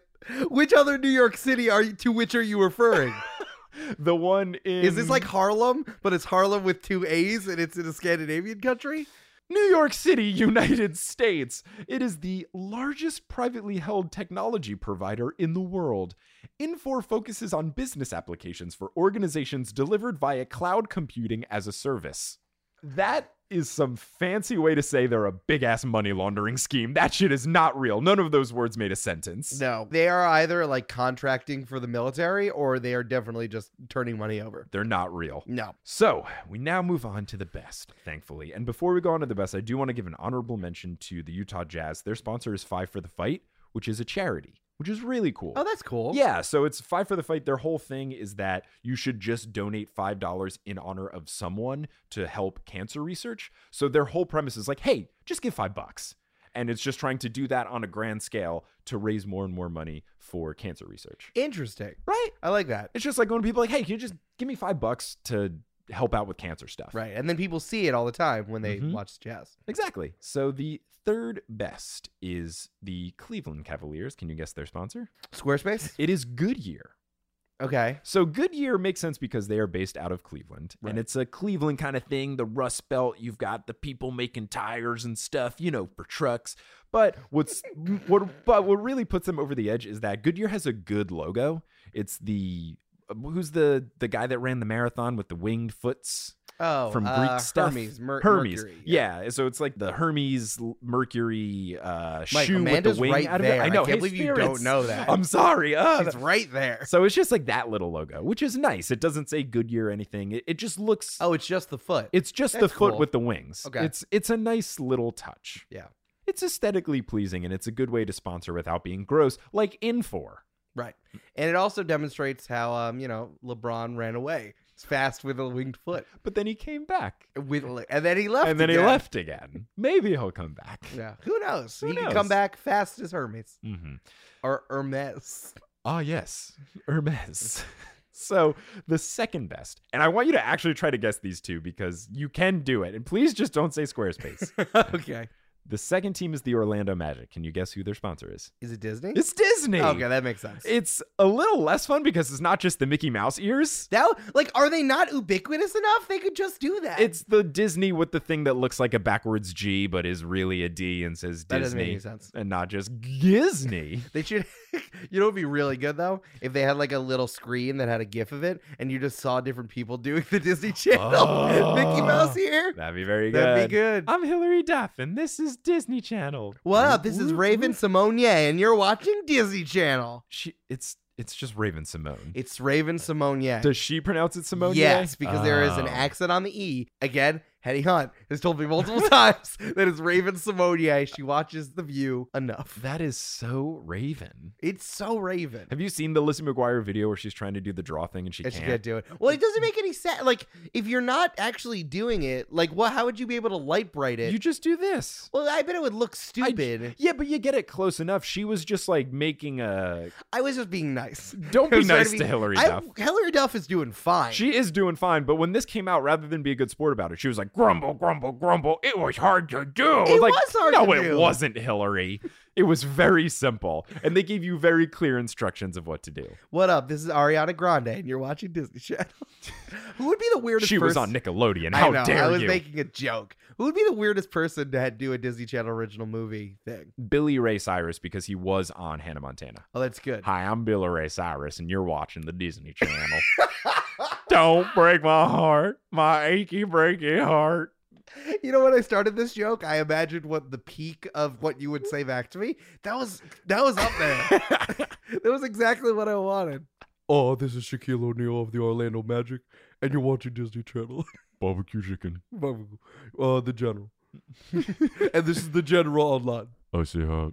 Speaker 2: Which other New York City are you, to which are you referring?
Speaker 3: <laughs> the one in <laughs>
Speaker 2: Is this like Harlem, but it's Harlem with two A's and it's in a Scandinavian country?
Speaker 3: New York City, <laughs> United States. It is the largest privately held technology provider in the world. Infor focuses on business applications for organizations delivered via cloud computing as a service. That is some fancy way to say they're a big ass money laundering scheme. That shit is not real. None of those words made a sentence.
Speaker 2: No, they are either like contracting for the military or they are definitely just turning money over.
Speaker 3: They're not real.
Speaker 2: No.
Speaker 3: So we now move on to the best, thankfully. And before we go on to the best, I do want to give an honorable mention to the Utah Jazz. Their sponsor is Five for the Fight, which is a charity, which is really cool.
Speaker 2: Oh, that's cool.
Speaker 3: Yeah, so it's five for the fight. Their whole thing is that you should just donate five dollars in honor of someone to help cancer research. So their whole premise is like, hey, just give five bucks. And it's just trying to do that on a grand scale to raise more and more money for cancer research.
Speaker 2: Interesting.
Speaker 3: Right?
Speaker 2: I like that.
Speaker 3: It's just like when people are like, hey, can you just give me five bucks to help out with cancer stuff?
Speaker 2: Right. And then people see it all the time when they
Speaker 3: Mhm.
Speaker 2: watch jazz.
Speaker 3: Exactly. So the third best is the Cleveland Cavaliers. Can you guess their sponsor?
Speaker 2: Squarespace?
Speaker 3: It is Goodyear.
Speaker 2: Okay.
Speaker 3: So Goodyear makes sense because they are based out of Cleveland.
Speaker 2: Right.
Speaker 3: And it's a Cleveland kind of thing, the rust belt. You've got the people making tires and stuff, you know, for trucks. But what's <laughs> what but what really puts them over the edge is that Goodyear has a good logo. It's the who's the the guy that ran the marathon with the winged foots?
Speaker 2: Oh,
Speaker 3: from Greek
Speaker 2: uh,
Speaker 3: stuff.
Speaker 2: Hermes. Mer-
Speaker 3: Hermes.
Speaker 2: Mercury.
Speaker 3: yeah. So it's like the Hermes Mercury uh,
Speaker 2: Mike,
Speaker 3: shoe with
Speaker 2: Amanda's
Speaker 3: the wing
Speaker 2: right
Speaker 3: out of it.
Speaker 2: there.
Speaker 3: I know.
Speaker 2: I
Speaker 3: Hey,
Speaker 2: can't believe you
Speaker 3: spirits.
Speaker 2: don't know that.
Speaker 3: I'm sorry. Uh,
Speaker 2: <laughs> She's right there.
Speaker 3: so it's just like that little logo, which is nice. It doesn't say Goodyear or anything. It, it just looks.
Speaker 2: Oh, it's just the foot.
Speaker 3: it's just the
Speaker 2: that's
Speaker 3: foot
Speaker 2: cool.
Speaker 3: with the wings.
Speaker 2: Okay.
Speaker 3: It's it's a nice little touch.
Speaker 2: Yeah.
Speaker 3: It's aesthetically pleasing and it's a good way to sponsor without being gross, like Infor.
Speaker 2: right. And it also demonstrates how, um, you know, LeBron ran away fast with a winged foot.
Speaker 3: But then he came back,
Speaker 2: With And then he left.
Speaker 3: and then he
Speaker 2: again.
Speaker 3: left agagen. Maybe he'll come back.
Speaker 2: Yeah. Who knows?
Speaker 3: Who
Speaker 2: he
Speaker 3: knows?
Speaker 2: can come back fast as Hermes
Speaker 3: Mm-hmm.
Speaker 2: or Hermes.
Speaker 3: Ah, yes, Hermes. <laughs> so the second best, and I want you to actually try to guess these two because you can do it. And please just don't say
Speaker 2: <laughs>
Speaker 3: Squarespace.
Speaker 2: okay.
Speaker 3: the second team is the Orlando Magic. Can you guess who their sponsor is?
Speaker 2: Is it Disney?
Speaker 3: It's Disney.
Speaker 2: Okay, that makes sense.
Speaker 3: It's a little less fun because it's not just the Mickey Mouse ears.
Speaker 2: That like, are they not ubiquitous enough? They could just do that.
Speaker 3: It's the Disney with the thing that looks like a backwards G but is really a D and says
Speaker 2: that doesn't make any
Speaker 3: Disney
Speaker 2: sense.
Speaker 3: and not just Disney.
Speaker 2: They should. <laughs> you know, it'd be really good though if they had like a little screen that had a GIF of it, and you just saw different people doing the Disney <laughs> Channel. Mickey Mouse here.
Speaker 3: Oh. That'd be very
Speaker 2: That'd
Speaker 3: good. Ah.
Speaker 2: be good.
Speaker 3: I'm Hillary Duff and this is Disney Channel.
Speaker 2: What up? This is
Speaker 3: Whoop,
Speaker 2: Raven
Speaker 3: whoop.
Speaker 2: Simonier, and you're watching Disney Channel.
Speaker 3: She it's it's just Raven Simone.
Speaker 2: It's Raven Simonier.
Speaker 3: Does she pronounce it Simone?
Speaker 2: Yes, because there is an
Speaker 3: Oh.
Speaker 2: accent on the E. Again, Hetty Hunt has told me multiple <laughs> times that it's Raven Simonier. She watches The View enough.
Speaker 3: That is so Raven.
Speaker 2: It's so Raven.
Speaker 3: Have you seen the Lizzie McGuire video where she's trying to do the draw thing and she
Speaker 2: and
Speaker 3: can't?
Speaker 2: she can't do it. Well, it doesn't make any sense. Like, if you're not actually doing it, like, what? How would you be able to light bright it?
Speaker 3: You just do this.
Speaker 2: well, I bet it would look stupid.
Speaker 3: Yeah, but you get it close enough. She was just like making a.
Speaker 2: I, was just being nice.
Speaker 3: Don't be
Speaker 2: I'm sorry
Speaker 3: nice
Speaker 2: to
Speaker 3: to,
Speaker 2: be-
Speaker 3: Hillary
Speaker 2: I,
Speaker 3: Duff.
Speaker 2: Hillary Duff is doing fine.
Speaker 3: She is doing fine, but when this came out, rather than be a good sport about it, she was like, "Grumble, grumble, grumble." It was hard to do.
Speaker 2: It
Speaker 3: oh, like,
Speaker 2: was hard
Speaker 3: no,
Speaker 2: to
Speaker 3: it
Speaker 2: do.
Speaker 3: wasn't, Hillary. It was very simple, and they gave you very clear instructions of what to do.
Speaker 2: what up? This is Ariana Grande, and you're watching Disney Channel. <laughs> Who would be the weirdest?
Speaker 3: She was
Speaker 2: person-
Speaker 3: on Nickelodeon.
Speaker 2: I
Speaker 3: How
Speaker 2: know,
Speaker 3: dare
Speaker 2: I was
Speaker 3: you?
Speaker 2: making a joke. Who would be the weirdest person to do a Disney Channel original movie thing?
Speaker 3: Billy Ray Cyrus because he was on Hannah Montana.
Speaker 2: Oh, that's good.
Speaker 3: Hi, I'm Billy Ray Cyrus, and you're watching the Disney <laughs> Channel. Don't break my heart, my achy breaky heart.
Speaker 2: You know, when I started this joke, I imagined what the peak of what you would say back to me. That was that was up there.
Speaker 3: <laughs>
Speaker 2: that was exactly what I wanted.
Speaker 5: Oh, this is Shaquille O'Neal of the Orlando Magic, and you're watching Disney Channel. <laughs>
Speaker 3: Barbecue chicken.
Speaker 5: uh, the
Speaker 3: <laughs>
Speaker 5: General. and this is the General online. I see how.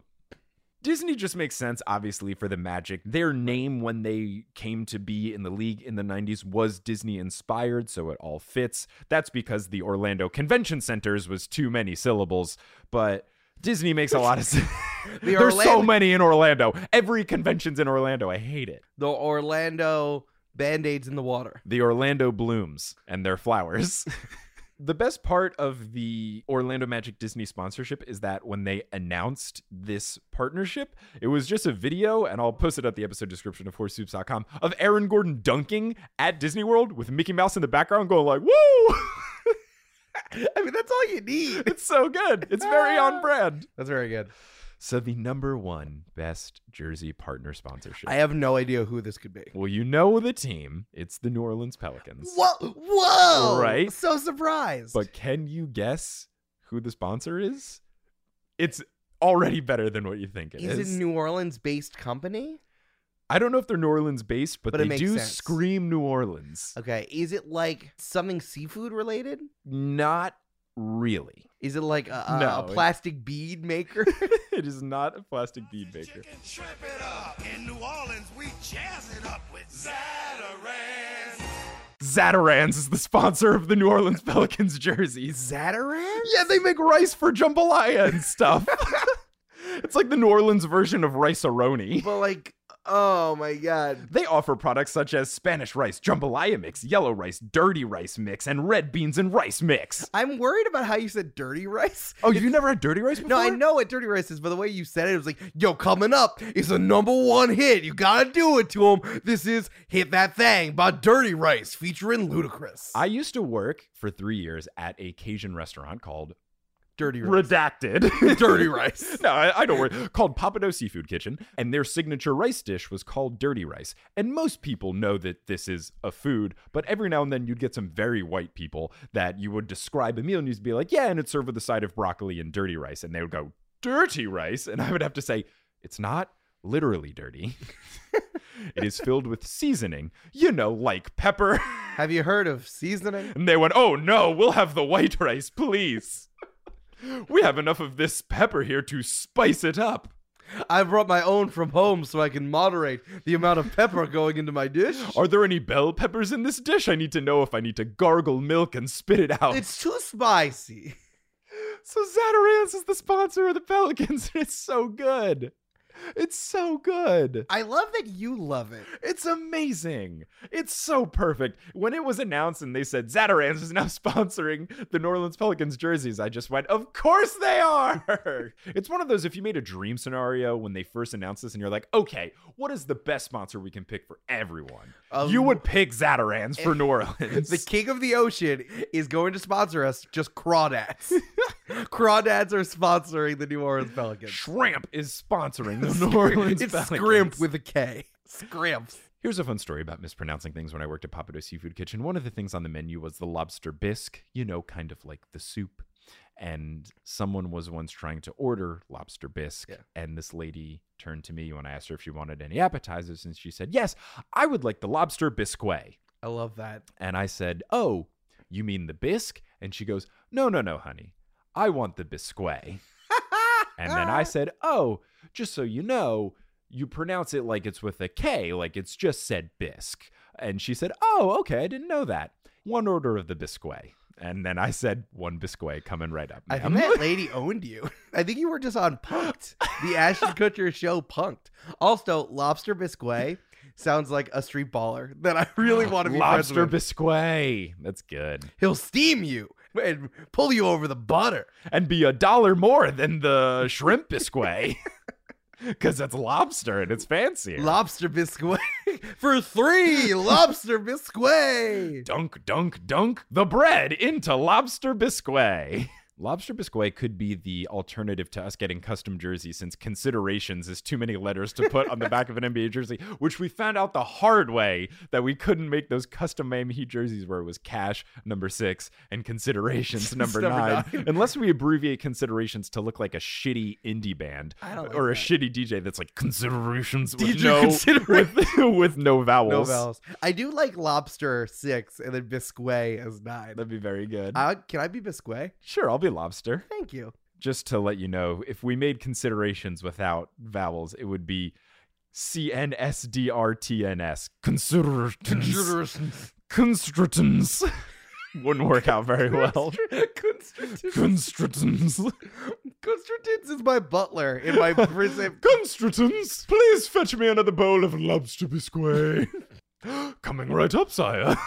Speaker 3: Disney just makes sense, obviously, for the Magic. Their name, when they came to be in the league in the 90s, was Disney inspired, so it all fits. That's because the Orlando Convention Centers was too many syllables, but Disney makes a lot of sense. <laughs> There's so
Speaker 2: Orlando-
Speaker 3: many in Orlando. Every convention's in Orlando. I hate it.
Speaker 2: The Orlando band-aids in the water.
Speaker 3: The Orlando blooms and their
Speaker 2: <laughs>
Speaker 3: flowers. the best part of the Orlando Magic Disney sponsorship is that when they announced this partnership, it was just a video, and I'll post it at the episode description of horsesoups.com of Aaron Gordon dunking at Disney World with Mickey Mouse in the background going like, woo!
Speaker 2: I mean, that's all you need.
Speaker 3: <laughs> It's so good. It's very
Speaker 2: <laughs>
Speaker 3: on brand.
Speaker 2: That's very good.
Speaker 3: So the number one best jersey partner sponsorship.
Speaker 2: I have no idea who this could be.
Speaker 3: well, you know the team. It's the New Orleans Pelicans.
Speaker 2: Whoa! Whoa!
Speaker 3: Right?
Speaker 2: So surprised.
Speaker 3: But can you guess who the sponsor is? It's already better than what you think it
Speaker 2: is
Speaker 3: is.
Speaker 2: it a New Orleans based company?
Speaker 3: I don't know if they're New Orleans based, but,
Speaker 2: But it
Speaker 3: they
Speaker 2: makes
Speaker 3: do
Speaker 2: sense. Uh,
Speaker 3: scream New Orleans.
Speaker 2: Okay. Is it like something seafood related?
Speaker 3: Not really.
Speaker 2: Is it like a, a,
Speaker 3: No,
Speaker 2: a
Speaker 3: it-
Speaker 2: plastic bead <laughs> maker?
Speaker 3: <laughs> it is not a plastic bead maker.
Speaker 6: Chicken trip it up. In New Orleans, we jazz it up with Zatarans.
Speaker 3: Zatarans is the sponsor of the New Orleans <laughs> Pelicans jerseys.
Speaker 2: Zatarans?
Speaker 3: Yeah, they make rice for jambalaya and stuff. <laughs> it's like the New Orleans version of rice aroni.
Speaker 2: But like, oh my god.
Speaker 3: They offer products such as Spanish rice, jambalaya mix, yellow rice, dirty rice mix, and red beans and rice mix.
Speaker 2: I'm worried about how you said dirty rice. <laughs>
Speaker 3: Oh, you never had dirty rice before?
Speaker 2: No, I know what dirty rice is, but the way you said it, it was like, yo, coming up is a number one hit. You gotta do it to him. This is Hit That Thing by Dirty Rice featuring Ludacris.
Speaker 3: I used to work for three years at a Cajun restaurant called
Speaker 2: dirty rice.
Speaker 3: Redacted.
Speaker 2: <laughs> dirty rice.
Speaker 3: <laughs> No, I, I don't worry. Called Papado Seafood Kitchen, and their signature rice dish was called dirty rice. And most people know that this is a food, but every now and then you'd get some very white people that you would describe a meal and you'd be like, yeah, and it's served with a side of broccoli and dirty rice. And they would go, dirty rice. And I would have to say, it's not literally dirty. <laughs> it is filled with seasoning, you know, like pepper.
Speaker 2: Have you heard of seasoning?
Speaker 3: And they went, Oh no, we'll have the white rice, please. We have enough of this pepper here to spice it up.
Speaker 2: I brought my own from home so I can moderate the amount of pepper going into my dish. <laughs>
Speaker 3: Are there any bell peppers in this dish? I need to know if I need to gargle milk and spit it out.
Speaker 2: It's too spicy.
Speaker 3: so Zatarans is the sponsor of the Pelicans, and it's so good. It's so good.
Speaker 2: I love that you love it.
Speaker 3: It's amazing. It's so perfect. When it was announced and they said Zatarans is now <laughs> sponsoring the New Orleans Pelicans jerseys, I just went, Of course they
Speaker 2: <laughs>
Speaker 3: are. it's one of those if you made a dream scenario when they first announced this and you're like, okay, what is the best sponsor we can pick for everyone?
Speaker 2: Um, eh,
Speaker 3: you would pick Zatarans for New Orleans.
Speaker 2: <laughs> The king of the ocean is going to sponsor us just crawdads. <laughs> crawdads are sponsoring the New Orleans <laughs> Pelicans.
Speaker 3: Shrimp is sponsoring the New Orleans
Speaker 2: <laughs> it's
Speaker 3: Pelicans.
Speaker 2: scrimp with a K. Scrimps.
Speaker 3: Here's a fun story about mispronouncing things when I worked at Papado Seafood Kitchen. One of the things on the menu was the lobster bisque, you know, kind of like the soup. And someone was once trying to order lobster bisque.
Speaker 2: Yeah.
Speaker 3: And this lady turned to me when I asked her if she wanted any appetizers. And she said, Yes, I would like the lobster bisque.
Speaker 2: I love that.
Speaker 3: And I said, Oh, you mean the bisque? And she goes, No, no, no, honey. I want the
Speaker 2: <laughs>
Speaker 3: bisque. And then I said, Oh, just so you know, you pronounce it like it's with a K, like it's just said bisque. And she said, Oh, okay, I didn't know that. One order of the bisque. And then I said, One bisque coming right up.
Speaker 2: I
Speaker 3: ma'am." <laughs>
Speaker 2: think <laughs> that lady owned you. I think you were just on Punked, the Ashton Kutcher show Punked. Also, Lobster Bisquet sounds like a street baller that I really want to be
Speaker 3: Lobster
Speaker 2: friends with.
Speaker 3: bisque. That's good.
Speaker 2: He'll steam you and pull you over the butter.
Speaker 3: And be a dollar more than the shrimp bisque.
Speaker 2: <laughs>
Speaker 3: <laughs> Because that's lobster and it's fancier.
Speaker 2: Lobster Bisquet <laughs> for three. Lobster Bisquet.
Speaker 3: dunk, dunk, dunk the bread into lobster bisque. <laughs> Lobster bisque could be the alternative to us getting custom jerseys since considerations is too many letters to put on the back of an NBA jersey, which we found out the hard way that we couldn't make those custom Miami Heat jerseys where it was cash number six and
Speaker 2: <laughs>
Speaker 3: considerations number,
Speaker 2: Number
Speaker 3: nine,
Speaker 2: nine.
Speaker 3: Unless we abbreviate considerations to look like a shitty indie band
Speaker 2: I don't like
Speaker 3: or a
Speaker 2: that.
Speaker 3: shitty DJ that's like considerations with,
Speaker 2: DJ
Speaker 3: no,
Speaker 2: considerations.
Speaker 3: with, <laughs> with no vowels.
Speaker 2: No vowels. I do like lobster six and then Bisquet as nine.
Speaker 3: That'd be very good.
Speaker 2: I, can I be Bisquet?
Speaker 3: Sure, I'll be lobster.
Speaker 2: Thank you.
Speaker 3: Just to let you know, if we made considerations without vowels, it would be C N S D R T N S. Consideratons. Constritons. <laughs> Wouldn't work out very <laughs> well.
Speaker 2: Constantins
Speaker 3: Constritons.
Speaker 2: is my butler in
Speaker 3: <laughs>
Speaker 2: my prison.
Speaker 3: Constritons, please fetch me another bowl of lobster <laughs> biscuit. <gasps> Coming right up, sire.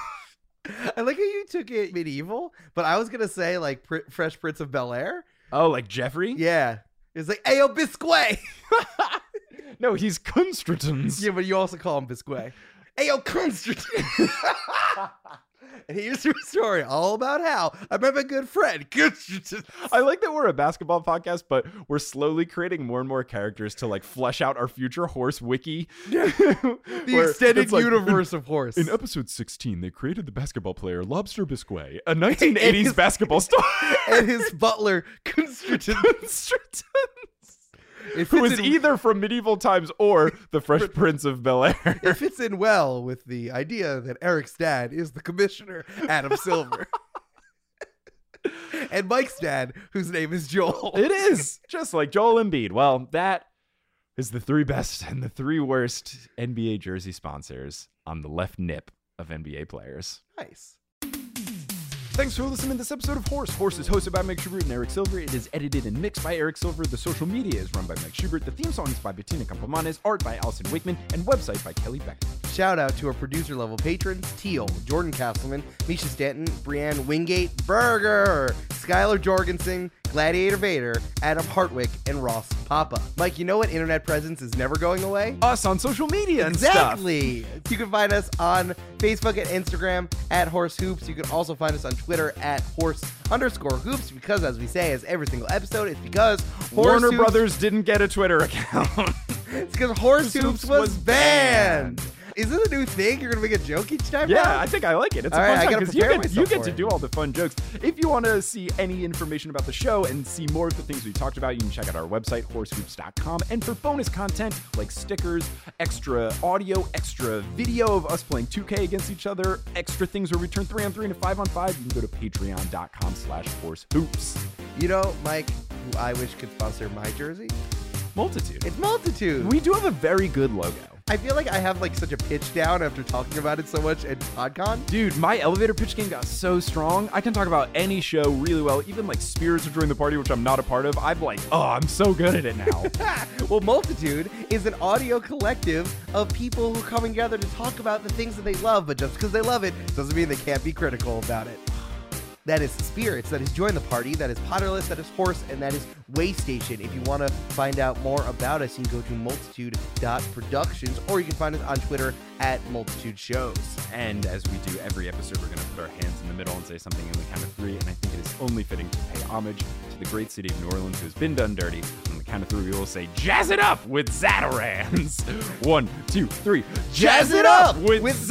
Speaker 2: I like how you took it medieval, but I was gonna say like Pr- Fresh Prince of Bel Air.
Speaker 3: Oh, like Jeffrey?
Speaker 2: Yeah, it's like Ayo <laughs> Bisquet.
Speaker 3: No, he's Constritons.
Speaker 2: yeah, but you also call him Bisquet. Ayo, Constantine. <laughs> and here's her story all about how I met my good friend, Constantine.
Speaker 3: I like that we're a basketball podcast, but we're slowly creating more and more characters to like flesh out our future horse wiki. <laughs> the
Speaker 2: The extended universe of horse.
Speaker 3: <laughs> In episode 16, they created the basketball player Lobster Bisquet,
Speaker 2: <laughs>
Speaker 3: a 1980s basketball star. <laughs>
Speaker 2: and his butler, Constantine. It
Speaker 3: Who
Speaker 2: fits
Speaker 3: is
Speaker 2: in-
Speaker 3: either from medieval times or
Speaker 2: <laughs>
Speaker 3: the Fresh Prince of Bel Air.
Speaker 2: It fits in well with the idea that Eric's dad is the commissioner, Adam
Speaker 3: <laughs>
Speaker 2: Silver. and Mike's dad, whose name is Joel.
Speaker 3: It is just like Joel Embiid. Well, that is the three best and the three worst NBA jersey sponsors on the left nip of NBA players.
Speaker 2: Nice.
Speaker 3: Thanks for listening to this episode of Horse. Horse is hosted by Mike Schubert and Eric Silver. It is edited and mixed by Eric Silver. The social media is run by Mike Schubert. The theme song is by Bettina Campomanes, art by Allison Wakeman, and website by Kelly Beck.
Speaker 2: Shout out to our producer level patrons Teal, Jordan Castleman, Misha Stanton, Brianne Wingate, Berger, Skylar Jorgensen, Gladiator Vader, Adam Hartwick, and Ross Papa. Mike, you know what internet presence is never going away?
Speaker 3: Us on social media and stuff.
Speaker 2: Exactly. You can find us on Facebook and Instagram at Horse Hoops. You can also find us on Twitter at Horse underscore Hoops because, as we say, as every single episode, it's because Horse
Speaker 3: Warner
Speaker 2: Hoops-
Speaker 3: Brothers didn't get a Twitter account.
Speaker 2: It's because Horse Hoops was,
Speaker 3: was
Speaker 2: banned.
Speaker 3: banned.
Speaker 2: Is this a new thing? You're gonna make a joke each time?
Speaker 3: Yeah,
Speaker 2: Rob?
Speaker 3: I think I like it. It's
Speaker 2: All
Speaker 3: a
Speaker 2: right, I
Speaker 3: fun time
Speaker 2: gotta
Speaker 3: because you
Speaker 2: prepare
Speaker 3: get, you
Speaker 2: myself
Speaker 3: get
Speaker 2: for
Speaker 3: to
Speaker 2: it.
Speaker 3: do all the fun jokes. If you want to see any information about the show and see more of the things we talked about, you can check out our website, horsehoops.com. And for bonus content like stickers, extra audio, extra video of us playing 2K against each other, extra things where we turn 3 on 3 into 5 on 5, you can go to patreon.com slash horsehoops.
Speaker 2: You know, Mike, who I wish could sponsor my jersey.
Speaker 3: Multitude.
Speaker 2: It's Multitude.
Speaker 3: We do have a very good logo.
Speaker 2: I feel like I have like such a pitch down after talking about it so much at PodCon.
Speaker 3: Dude, my elevator pitch game got so strong. I can talk about any show really well, even like Spears during the party, which I'm not a part of. I'm like, oh, I'm so good at it now.
Speaker 2: well, Multitude is an audio collective of people who come together to talk about the things that they love, but just because they love it doesn't mean they can't be critical about it. That is Spirits, that is Join the Party, that is Potterless, that is Horse, and that is Waystation. If you want to find out more about us, you can go to multitude.productions or you can find us on Twitter at Multitude Shows.
Speaker 3: and as we do every episode, we're going to put our hands in the middle and say something in the count of three. And I think it is only fitting to pay homage to the great city of New Orleans who has been done dirty. On the count of three, we will say, Jazz it up with Zatarans. <laughs> One, two, three. Jazz, it up with, with